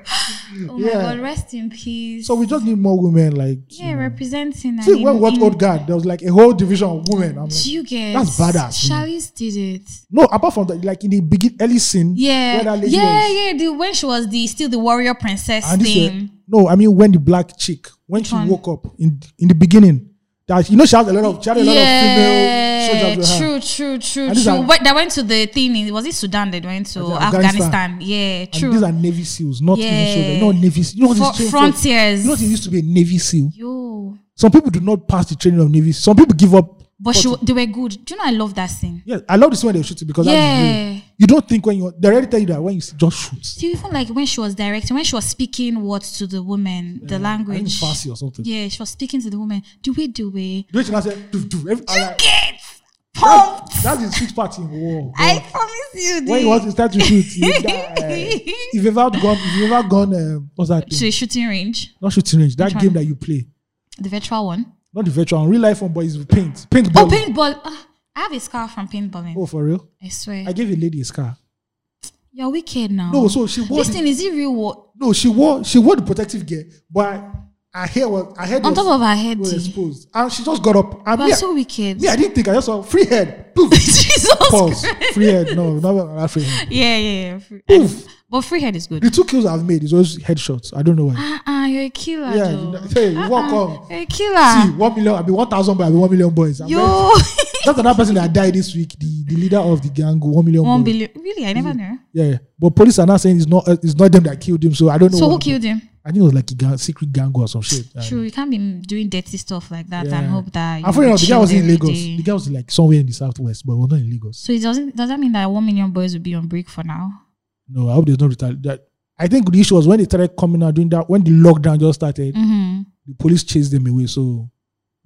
Oh my
Yeah.
god, rest in peace.
So we just need more women like
yeah, representing.
see
and
when
in-
we watch
in-
old guard, there was like a whole division of women. I'm like,
Do you get
That's badass, man.
Charlize did it.
no, apart from that, like in the begin early scene,
Yeah,
where that lady
yeah,
was,
yeah. The, when she was the still the warrior princess
and this, uh,
thing.
no, I mean when the black chick when she
one?
woke up in in the beginning, that you know she had a lot of she had a lot of female
yeah,
soldiers with her.
true, true, true,
And these
true.
are-
When- they went to the thing. in- Was it Sudan? They went to
And
Afghanistan.
Afghanistan.
Yeah,
And these
true.
are Navy SEALs, not even
Yeah.
soldiers, not Navy SEALs. You know what
Fro-
this change was?
frontiers.
You know what it used to be a Navy SEAL.
Yo,
Some people do not pass the training of Navy. SEALs. Some people give up.
but she, wa- they were good. Do you know I love that scene?
Yeah, I love this when they shoot it because that's the way.
Yeah.
You don't think when you they already tell you that when you see, just shoot.
Do you even like when she was directing, when she was speaking words to the
I
woman, the
think it's
language.
Farsi or something.
Yeah, she was speaking to the woman. Do we do we?
Do it and I said, do, do. Every, I like,
Get pumped.
that's the sweet part in war.
I promise you.
When
this.
you want to start to shoot, you die. If you've ever gone, if you've ever gone, um, what's that
to
thing?
a shooting range,
Not shooting range, that
Which
game
one?
that you play.
the virtual one.
Not the virtual, one, real life one, but it's with paint. Paintball.
Oh, paintball. Ah, I have a scar from paintballing.
Oh, for real?
I swear.
I gave a lady a scar.
You're wicked now.
No, so she wore.
this
The,
thing is it real war
no, she wore. She wore the protective gear, but her hair was. Her head
on
was,
top of her head.
was
We're
exposed, and she just got up. And me,
so wicked.
me, I didn't think. I just saw free head. Poof.
Jesus.
Pause. Oh.
Christ.
Free head. No, not, not free head.
Yeah, yeah, yeah.
Poof.
But But free head is good.
The two kills I've made is always headshots. I don't know why.
Ah, ah, you're a killer.
Yeah,
though.
you know- hey, you walk
Ah,
on.
You're a killer.
See, one million. I mean, one thousand, but I mean, one million boys. I'm very-
Yo,
That's another person that died this week. The, the leader of the gang, one million.
one
boys.
billion. Really, I never knew.
Yeah, yeah. but police are now saying it's not uh, it's not them that killed him. So I don't know.
So who
what-
killed him?
I think it was like a gang, secret gang or some shit. And-
True, you can't be doing dirty stuff like that
Yeah.
and hope that.
And
You
funny enough, the guy
chill
was in
every
Lagos.
day.
The guy was like somewhere in the southwest, but it was not in Lagos.
So it doesn't. Does that mean that one million boys will be on break for now?
No, I hope there's no retali- that I think the issue was when they started coming out doing that when the lockdown just started,
Mm-hmm.
the police chased them away. So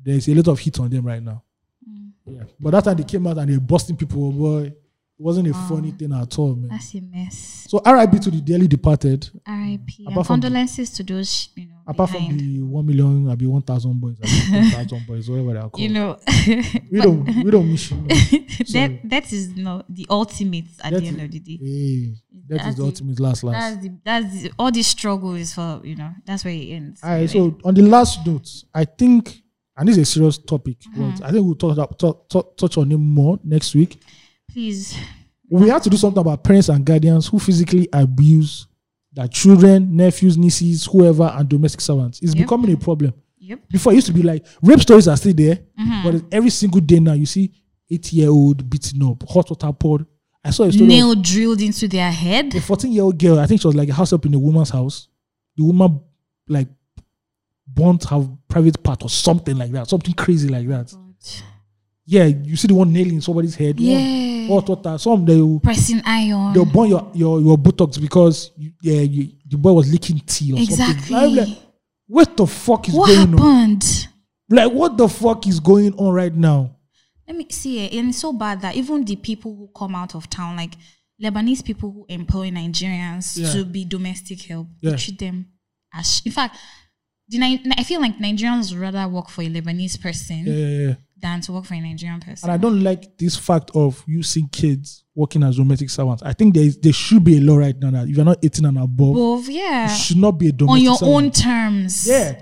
there's a lot of heat on them right now.
Mm.
Yeah. But that time they came out and they were busting people, oh boy, it wasn't a funny thing at all, man.
That's a mess.
So RIP to the dearly departed.
R.I.P. And
Apart from the-
condolences to those, sh- you know,
Apart from
behind.
the one million, I'll be one thousand boys, I'll be thousand boys, whatever they're called.
you know,
we don't we don't miss you. man. Sorry.
that that is not the ultimate at
That's
the end
it.
of the day.
Hey, that is
That's
the
it.
ultimate last last.
That's the that's the, all the struggle is for you know. That's where it ends.
All right. So on the last note, I think, and this is a serious topic,
Uh-huh.
but I think we'll talk, about, talk, talk- touch on it more next week.
please,
We have to do something about parents and guardians who physically abuse their children, nephews, nieces, whoever, and domestic servants. It's
Yep.
becoming a problem.
yep.
Before it used to be like rape stories are still there, but every single day now you see eight-year-old beaten up, hot water poured. I saw a story. of-
Nail drilled into their head.
a 14 year old girl, I think she was like a house up in a woman's house. The woman like burnt her private part or something like that, something crazy like that.
Oh.
Yeah, you see the one nailing somebody's head. the one-
Yeah.
Or what that some they will
Pressing iron.
they'll burn your, your your buttocks because you, yeah you, the boy was leaking tea or
Exactly.
something. I'm like, what the fuck is
what
going on?
happened?
Like what the fuck is going on right now?
Let me see it. And it's so bad that even the people who come out of town, like Lebanese people who employ Nigerians
Yeah.
to be domestic help,
Yeah.
they treat them as. sh- In fact, the, Ni- I feel like Nigerians would rather work for a Lebanese person
Yeah, yeah, yeah.
than to work for a Nigerian
And
person.
I don't like this fact of you seeing kids working as domestic servants. I think there is there should be a law right now that if you're not 18 and above,
Both, yeah.
It should not be a domestic
On your
salary.
own terms.
Yeah.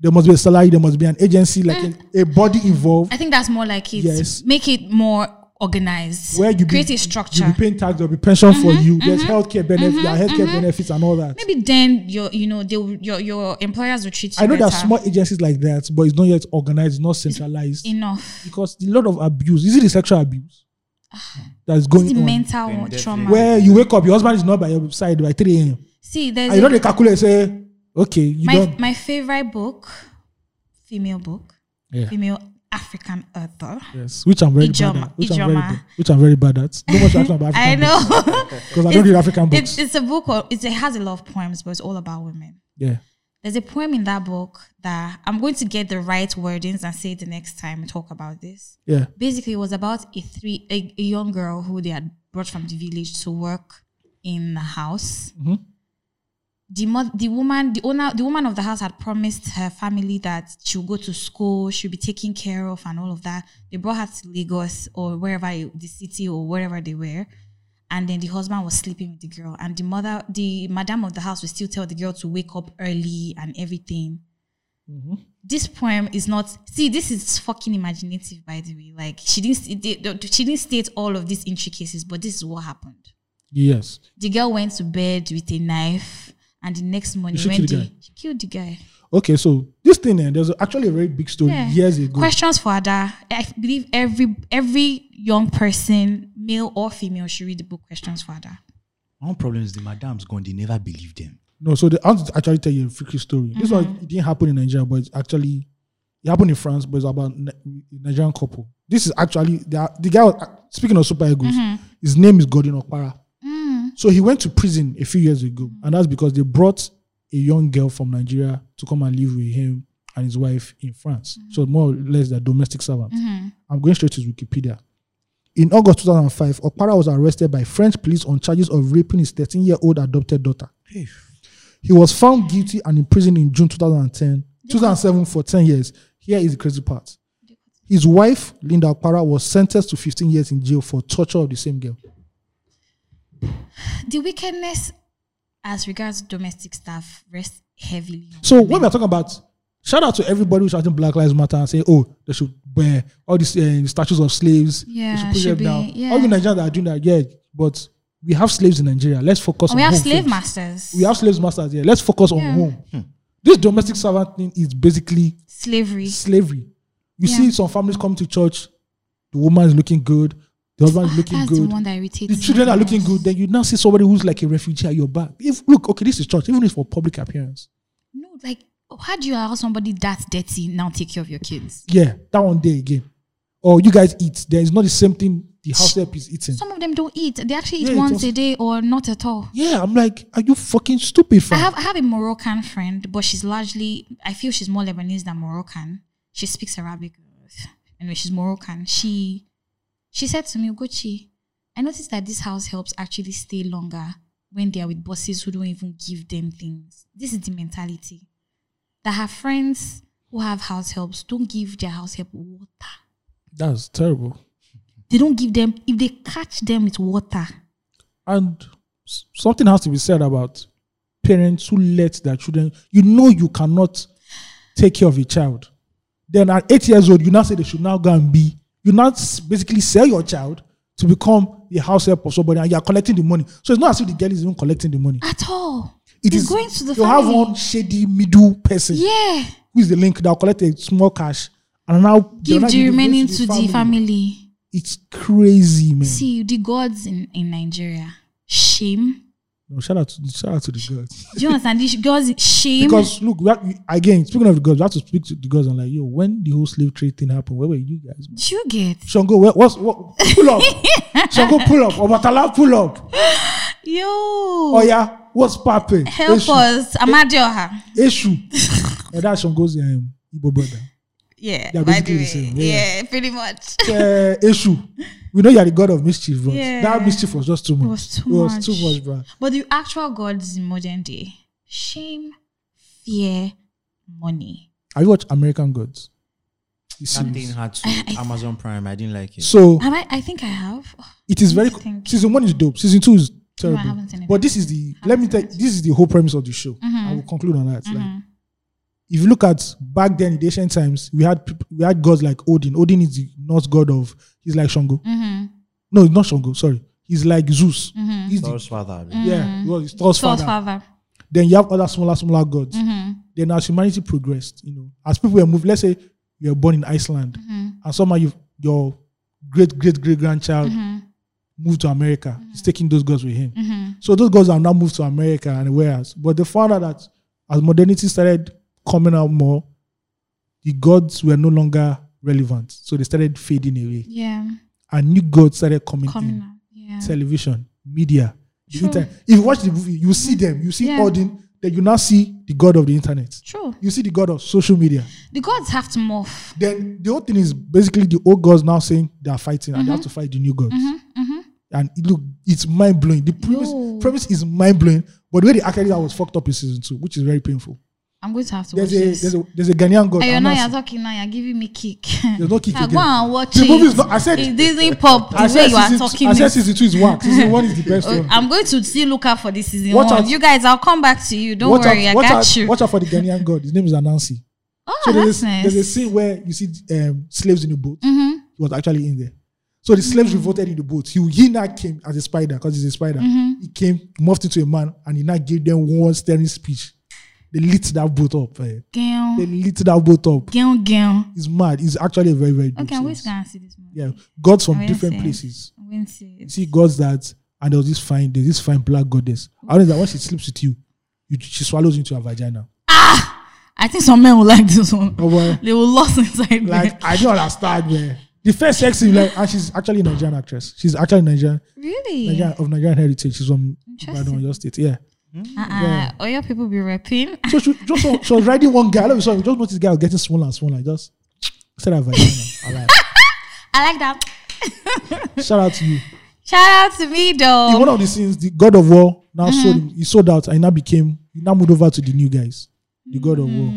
There must be a salary, there must be an agency, like
Mm.
a, a body involved
I think that's more like it.
Yes.
Make it more organized.
where you
create
be,
a
You
structure. Mm-hmm,
be paying tax, there'll be pension for you. There's healthcare benefits, there are healthcare benefits and all that.
Maybe then your you know they will, your your employers will treat you.
I know there are
better.
small agencies like that, but it's not yet organized, it's not centralized.
enough.
because the lot of abuse, is it the sexual abuse that's
It's
going
the
on?
Ah. mental
Then definitely.
trauma.
Where you wake up, your husband is not by your side by 3 a.m.
See, there's
And you
a-
know they calculate, say, okay, you
my
don't.
my favorite book, female book,
Yeah.
female African author.
Yes, which I'm very bad
Ijoma-
at. Which I'm very,
Ijoma.
bad- which I'm very bad at. No much action about African
I know.
Because I don't read African books.
It's, it's a book. Or, it's, it has a lot of poems, but it's all about women.
yeah.
There's a poem in that book that I'm going to get the right wordings and say it the next time we talk about this.
Yeah.
basically it was about a three a, a young girl who they had brought from the village to work in the house.
Mhm.
The mother, the woman, the owner, the woman of the house had promised her family that she'll go to school, she'll be taken care of, and all of that. They brought her to Lagos or wherever it- the city or wherever they were, and then the husband was sleeping with the girl, and the mother, the madam of the house, would still tell the girl to wake up early and everything this poem is not see this is fucking imaginative by the way like she didn't it did- she didn't state all of these intricacies but this is what happened
Yes.
the girl went to bed with a knife and the next morning
She
when
killed the
they-
guy.
she killed the guy
Okay, so this thing, eh, there's actually a very big story
Yeah.
Oh, years ago.
questions for ada i believe every every young person male or female should read the book questions for ada
One problem is the madams gone, they never believe them.
No, so the, I'll actually tell you a freaky story. This one it didn't happen in Nigeria, but it's actually it happened in France, but it's about Ni- Nigerian couple. This is actually the, the guy. was- uh, Speaking of super egos, his name is Godin Okpara. So he went to prison a few years ago, and that's because they brought a young girl from Nigeria to come and live with him and his wife in France. So more or less, they're domestic servants. I'm going straight to his Wikipedia. In August 2005, Okpara was arrested by French police on charges of raping his 13-year-old adopted daughter. He was found guilty and imprisoned in June 2010, 2007 for 10 years. Here is the crazy part. His wife, Linda Akpara, was sentenced to 15 years in jail for torture of the same girl.
the wickedness as regards domestic staff rests heavily on
So when we're talking about, shout out to everybody who's shouting Black Lives Matter and say, oh, they should wear all these uh, statues of slaves.
Yeah,
they should put
should
them down.
be- yeah.
All the Nigerians that are doing that, yeah, but we have slaves in Nigeria. Let's focus
And we
on
have
home
slave
first.
masters.
We have slaves masters here. Let's focus on
Yeah.
home. This domestic servant thing is basically
slavery.
slavery. You
Yeah.
see some families come to church, the woman is looking good, the husband is
Ah,
looking
that's
good,
the one that irritates
the
me
children are
the
looking
most.
good. Then you now see somebody who's like a refugee at your back. If look, okay, this is church, even if for public appearance.
No, like how do you allow somebody that dirty now take care of your kids?
Yeah, that one day again. Or you guys eat. There is not the same thing the house help is eating.
Some of them don't eat. They actually
Yeah,
eat
it
once
was-
a day or not at all.
Yeah, I'm like, are you fucking stupid,
I
fam?
have I have a Moroccan friend, but she's largely I feel she's more Lebanese than Moroccan. She speaks Arabic. Anyway, she's Moroccan. She she said to me, Ugochi, I noticed that this house helps actually stay longer when they are with bosses who don't even give them things. This is the mentality. That her friends who have house helps don't give their house help water.
That's terrible.
They don't give them if they catch them with water.
And s- something has to be said about parents who let their children. You know, you cannot take care of your child. Then at eight years old, you now say they should now go and be. You now s- basically sell your child to become the house help of somebody, and you are collecting the money. So it's not as if the girl is even collecting the money.
At all.
It
it's
is-
going to the
you
family.
have one shady middle person
yeah.
who is the link that will collect a small cash and now they'll now
Give the
it
remaining to the family.
It's crazy, man.
See, the gods in, in Nigeria, shame.
No, shout out, to, shout out to the girls.
Do you understand? These gods, shame.
Because look, we have, we- again, speaking of the gods, we have to speak to the gods and like, yo, when the whole slave trade thing happened, where were you guys? Man?
Do you get?
Shango, where, what's what? Pull up, Shango, pull up, Obatala, pull up.
Yo.
Oh yeah, what's popping?
Help
Eshu,
us. Amadioha.
Eshu. and that's Shango's um, Igbo brother.
Yeah.
They're
by
basically
the way.
the same, yeah.
Yeah. pretty much.
Uh, Eshu, we know you are the god of mischief, but
Yeah.
that mischief was just too much.
was too
it was
much.
too much, bro.
But the actual gods in modern day, shame, fear, money.
Have you watched American Gods? The
That
series.
thing had to Amazon Prime. I didn't like it.
So
Have I? I think I have.
it is very
Interesting.
season one is dope season two is terrible
haven't seen Mm-hmm. it.
but this is the let me tell you, this is the whole premise of the show i will conclude on that like if you look at back then in the ancient times we had peop- we had gods like odin odin is the norse god of he's like shango
Mm-hmm.
no he's not shango sorry he's like zeus he's the,
Thor's father.
yeah he was his Thor's father.
False Mm-hmm. father.
then you have other smaller smaller gods
Mm-hmm.
then as humanity progressed you know as people were moved let's say you were born in iceland
Mm-hmm.
and somehow you your great great great grandchild moved to america he's taking those gods with him
Mm-hmm.
So those girls have now moved to America and where else. But they found out that as modernity started coming out more, the gods were no longer relevant. So they started fading away.
Yeah.
And new gods started coming
Coming
in.
up. Yeah.
Television, media, the
True.
internet. If you watch the movie, you see them. You see
Yeah.
Odin. Then you now see the god of the internet.
True.
You see the god of social media.
The gods have to morph.
Then the whole thing is basically the old gods now saying they are fighting and they
Mm-hmm.
have to fight the new gods. And it, look, it's mind blowing. The premise,
Yo.
premise is mind blowing, but the way they acted I was fucked up in season two, which is very painful.
I'm going to have to
There's
watch
a
this.
there's a there's a Ghanaian god.
Ayo, now you're
Amasi.
talking now. You're giving me kick.
There's no kick
Ah,
again.
Go and watch
The
it.
movie is not- I said-
it's Disney pop. The
I
way
said
you are
season two-
talking.
I said
it.
season two is whack. Season one is the best
Uh,
one.
I'm going to still look out for this season
Watch
one.
out.
You guys, I'll come back to you. Don't
watch
worry,
out,
I
watch
got
out,
you.
Watch out for the Ghanaian god. His name is Anansi.
oh,
So
that's
there's a,
nice.
there's a scene where you see um, slaves in the boat.
Mhm.
He was actually in there. So the slaves
Mm-hmm.
revolted in the boat. He, he now came as a spider because he's a spider.
Mm-hmm.
He came, morphed into a man, and he now gave them one stirring speech. They lit that boat up. eh. They
Gown,
lit that boat up.
gown, gown.
It's mad. It's actually a very, very good
Okay, I'm going to
series.
go and see this one.
Yeah. Gods from
I'm gonna
different
see it.
places.
I'm going to see
You
it.
see gods that, and there was this fine, there's this fine black goddess. I know that when she sleeps with you, you she swallows into her vagina.
I think some men will like this one.
Oh boy.
They will lost inside there.
Like, I don't understand, man. The first sex scene, like, and she's actually a Nigerian actress. She's actually Nigerian.
Really?
Nigerian, of Nigerian heritage. She's from
Interesting.
Ibadan, your state. Yeah.
Uh-uh. Or your people be rapping.
So she just saw- she was riding one guy. All of a sudden, we just noticed the guy was getting smaller and smaller. Just said that vagina. All
I like that.
right. Shout out to you.
Shout out to me,
In
though.
one of the scenes, the God of War now sold him. He sold out and he now became he now moved over to the new guys. The God of War.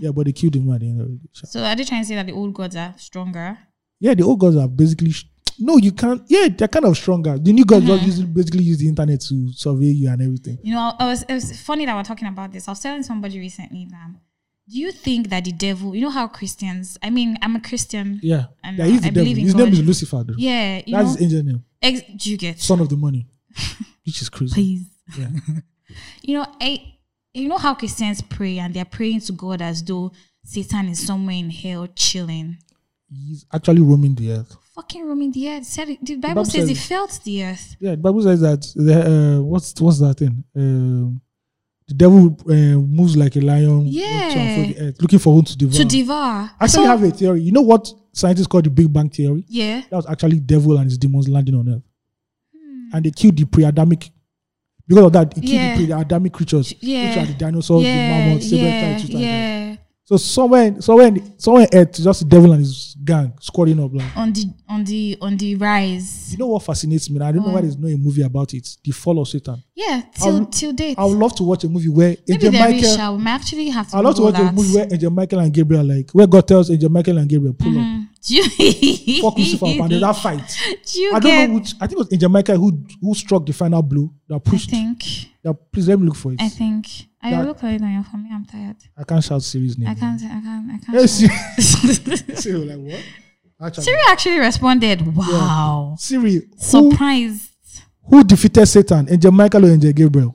Yeah, but they killed him at the end of the show.
So are they trying to say that the old gods are stronger?
Yeah, the old gods are basically sh- no, you can't. Yeah, they're kind of stronger. The new gods just use- basically use the internet to survey you and everything.
You know, I was it was funny that we're talking about this. I was telling somebody recently that do you think that the devil? You know how Christians? I mean, I'm a Christian.
Yeah,
And
yeah he's the
I
devil.
believe in
His name
God.
is Lucifer. Though.
Yeah, you
That's his
know,
angel name,
ex- do you get?
son of the money. which is crazy.
please.
Yeah.
You know, I you know how Christians pray and they're praying to God as though Satan is somewhere in hell chilling.
He's actually roaming the earth.
Fucking roaming the earth. Said it, the Bible
Bible
says he
says-
felt the earth.
Yeah, the Bible says that the, uh, what's what's that thing? Um, the devil uh, moves like a lion,
Yeah.
looking for the earth, looking for whom to devour.
To devour.
I actually
So-
have a theory. You know what scientists call the Big Bang theory?
yeah.
That was actually devil and his demons landing on earth, and they killed the pre-Adamic. Because of that, they killed
Hmm. Yeah.
the pre-Adamic creatures, which
Yeah.
are the dinosaurs, the
yeah,
mammoths,
yeah,
saber-toothed tigers.
yeah.
So somewhere, somewhere, somewhere, on earth, just the devil and his gang squaring up. Like,
On the on the on the rise.
you know what fascinates me? I don't know why there's no a movie about it. The Fall of Satan.
Yeah, till
I'll-
till date.
I would love to watch a movie where
Maybe
Angel
there is.
Michael.
shall. We may actually have to.
I love to
Google
watch a
that.
movie where Angel Michael and Gabriel like where God tells Angel Michael and Gabriel pull up,
Mm. Do you-
fuck Lucifer up, and there's that fight.
Do you
I
get?
don't know which. I think it was Angel Michael who who struck the final blow that
I
pushed.
think.
That please let me look for it.
I
I,
think. I
That-
look at it on your for me. I'm tired.
can't shout series name.
I can't. I can't. I can't.
Yes,
Siri
Siri like what? Actually,
actually responded. Wow.
Siri. Who,
Surprised.
who defeated Satan? Angel Michael or Angel Gabriel?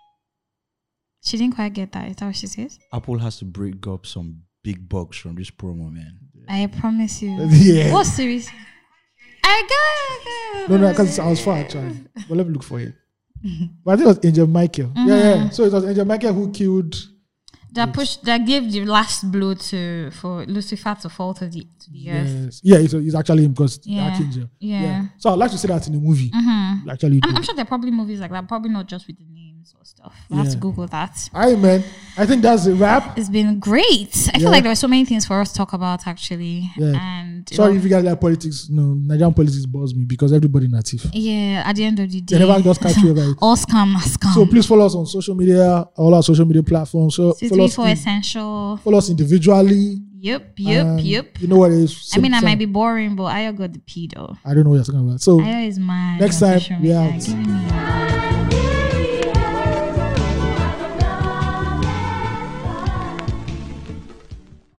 She didn't quite get that. Is that what she says?
Apple has to break up some big bucks from this promo, man.
I promise you.
Yeah.
What series? I got.
No, no, because I was far actually. But let me look for it. But I think it was Angel Michael. Yeah,
Mm-hmm.
yeah. So it was Angel Michael who killed.
that pushed that gave the last blow to for Lucifer to fall to the to the earth.
Yes. uh, Yeah, it's, it's actually him because the
Yeah.
Archangel.
Yeah. Mm-hmm. Ah.
So I'd like to see that in a movie. Actually, do.
I'm, I'm sure there are probably movies like that, probably not just with the names or stuff. We'll have to
Yeah.
Google that.
All right, man. I think that's a wrap.
It's been great. I
Yeah.
feel like there were so many things for us to talk about actually.
Yeah.
And you
Sorry
know,
if you guys like politics. No, Nigerian politics bores me because everybody native.
yeah, at the end of the
They
day,
never just catch you ever.
all scam, are scam.
So please follow us on social media, all our social media platforms. So follow us,
C34
in-
essential.
follow us individually.
Yep, yep,
and
yep.
You know what it is.
I mean, I
Same time.
might be boring, but I got the pedo.
I don't know what you're talking about. So
Ayo is mad.
Next
on
time,
social
we
media.
out.
Give me-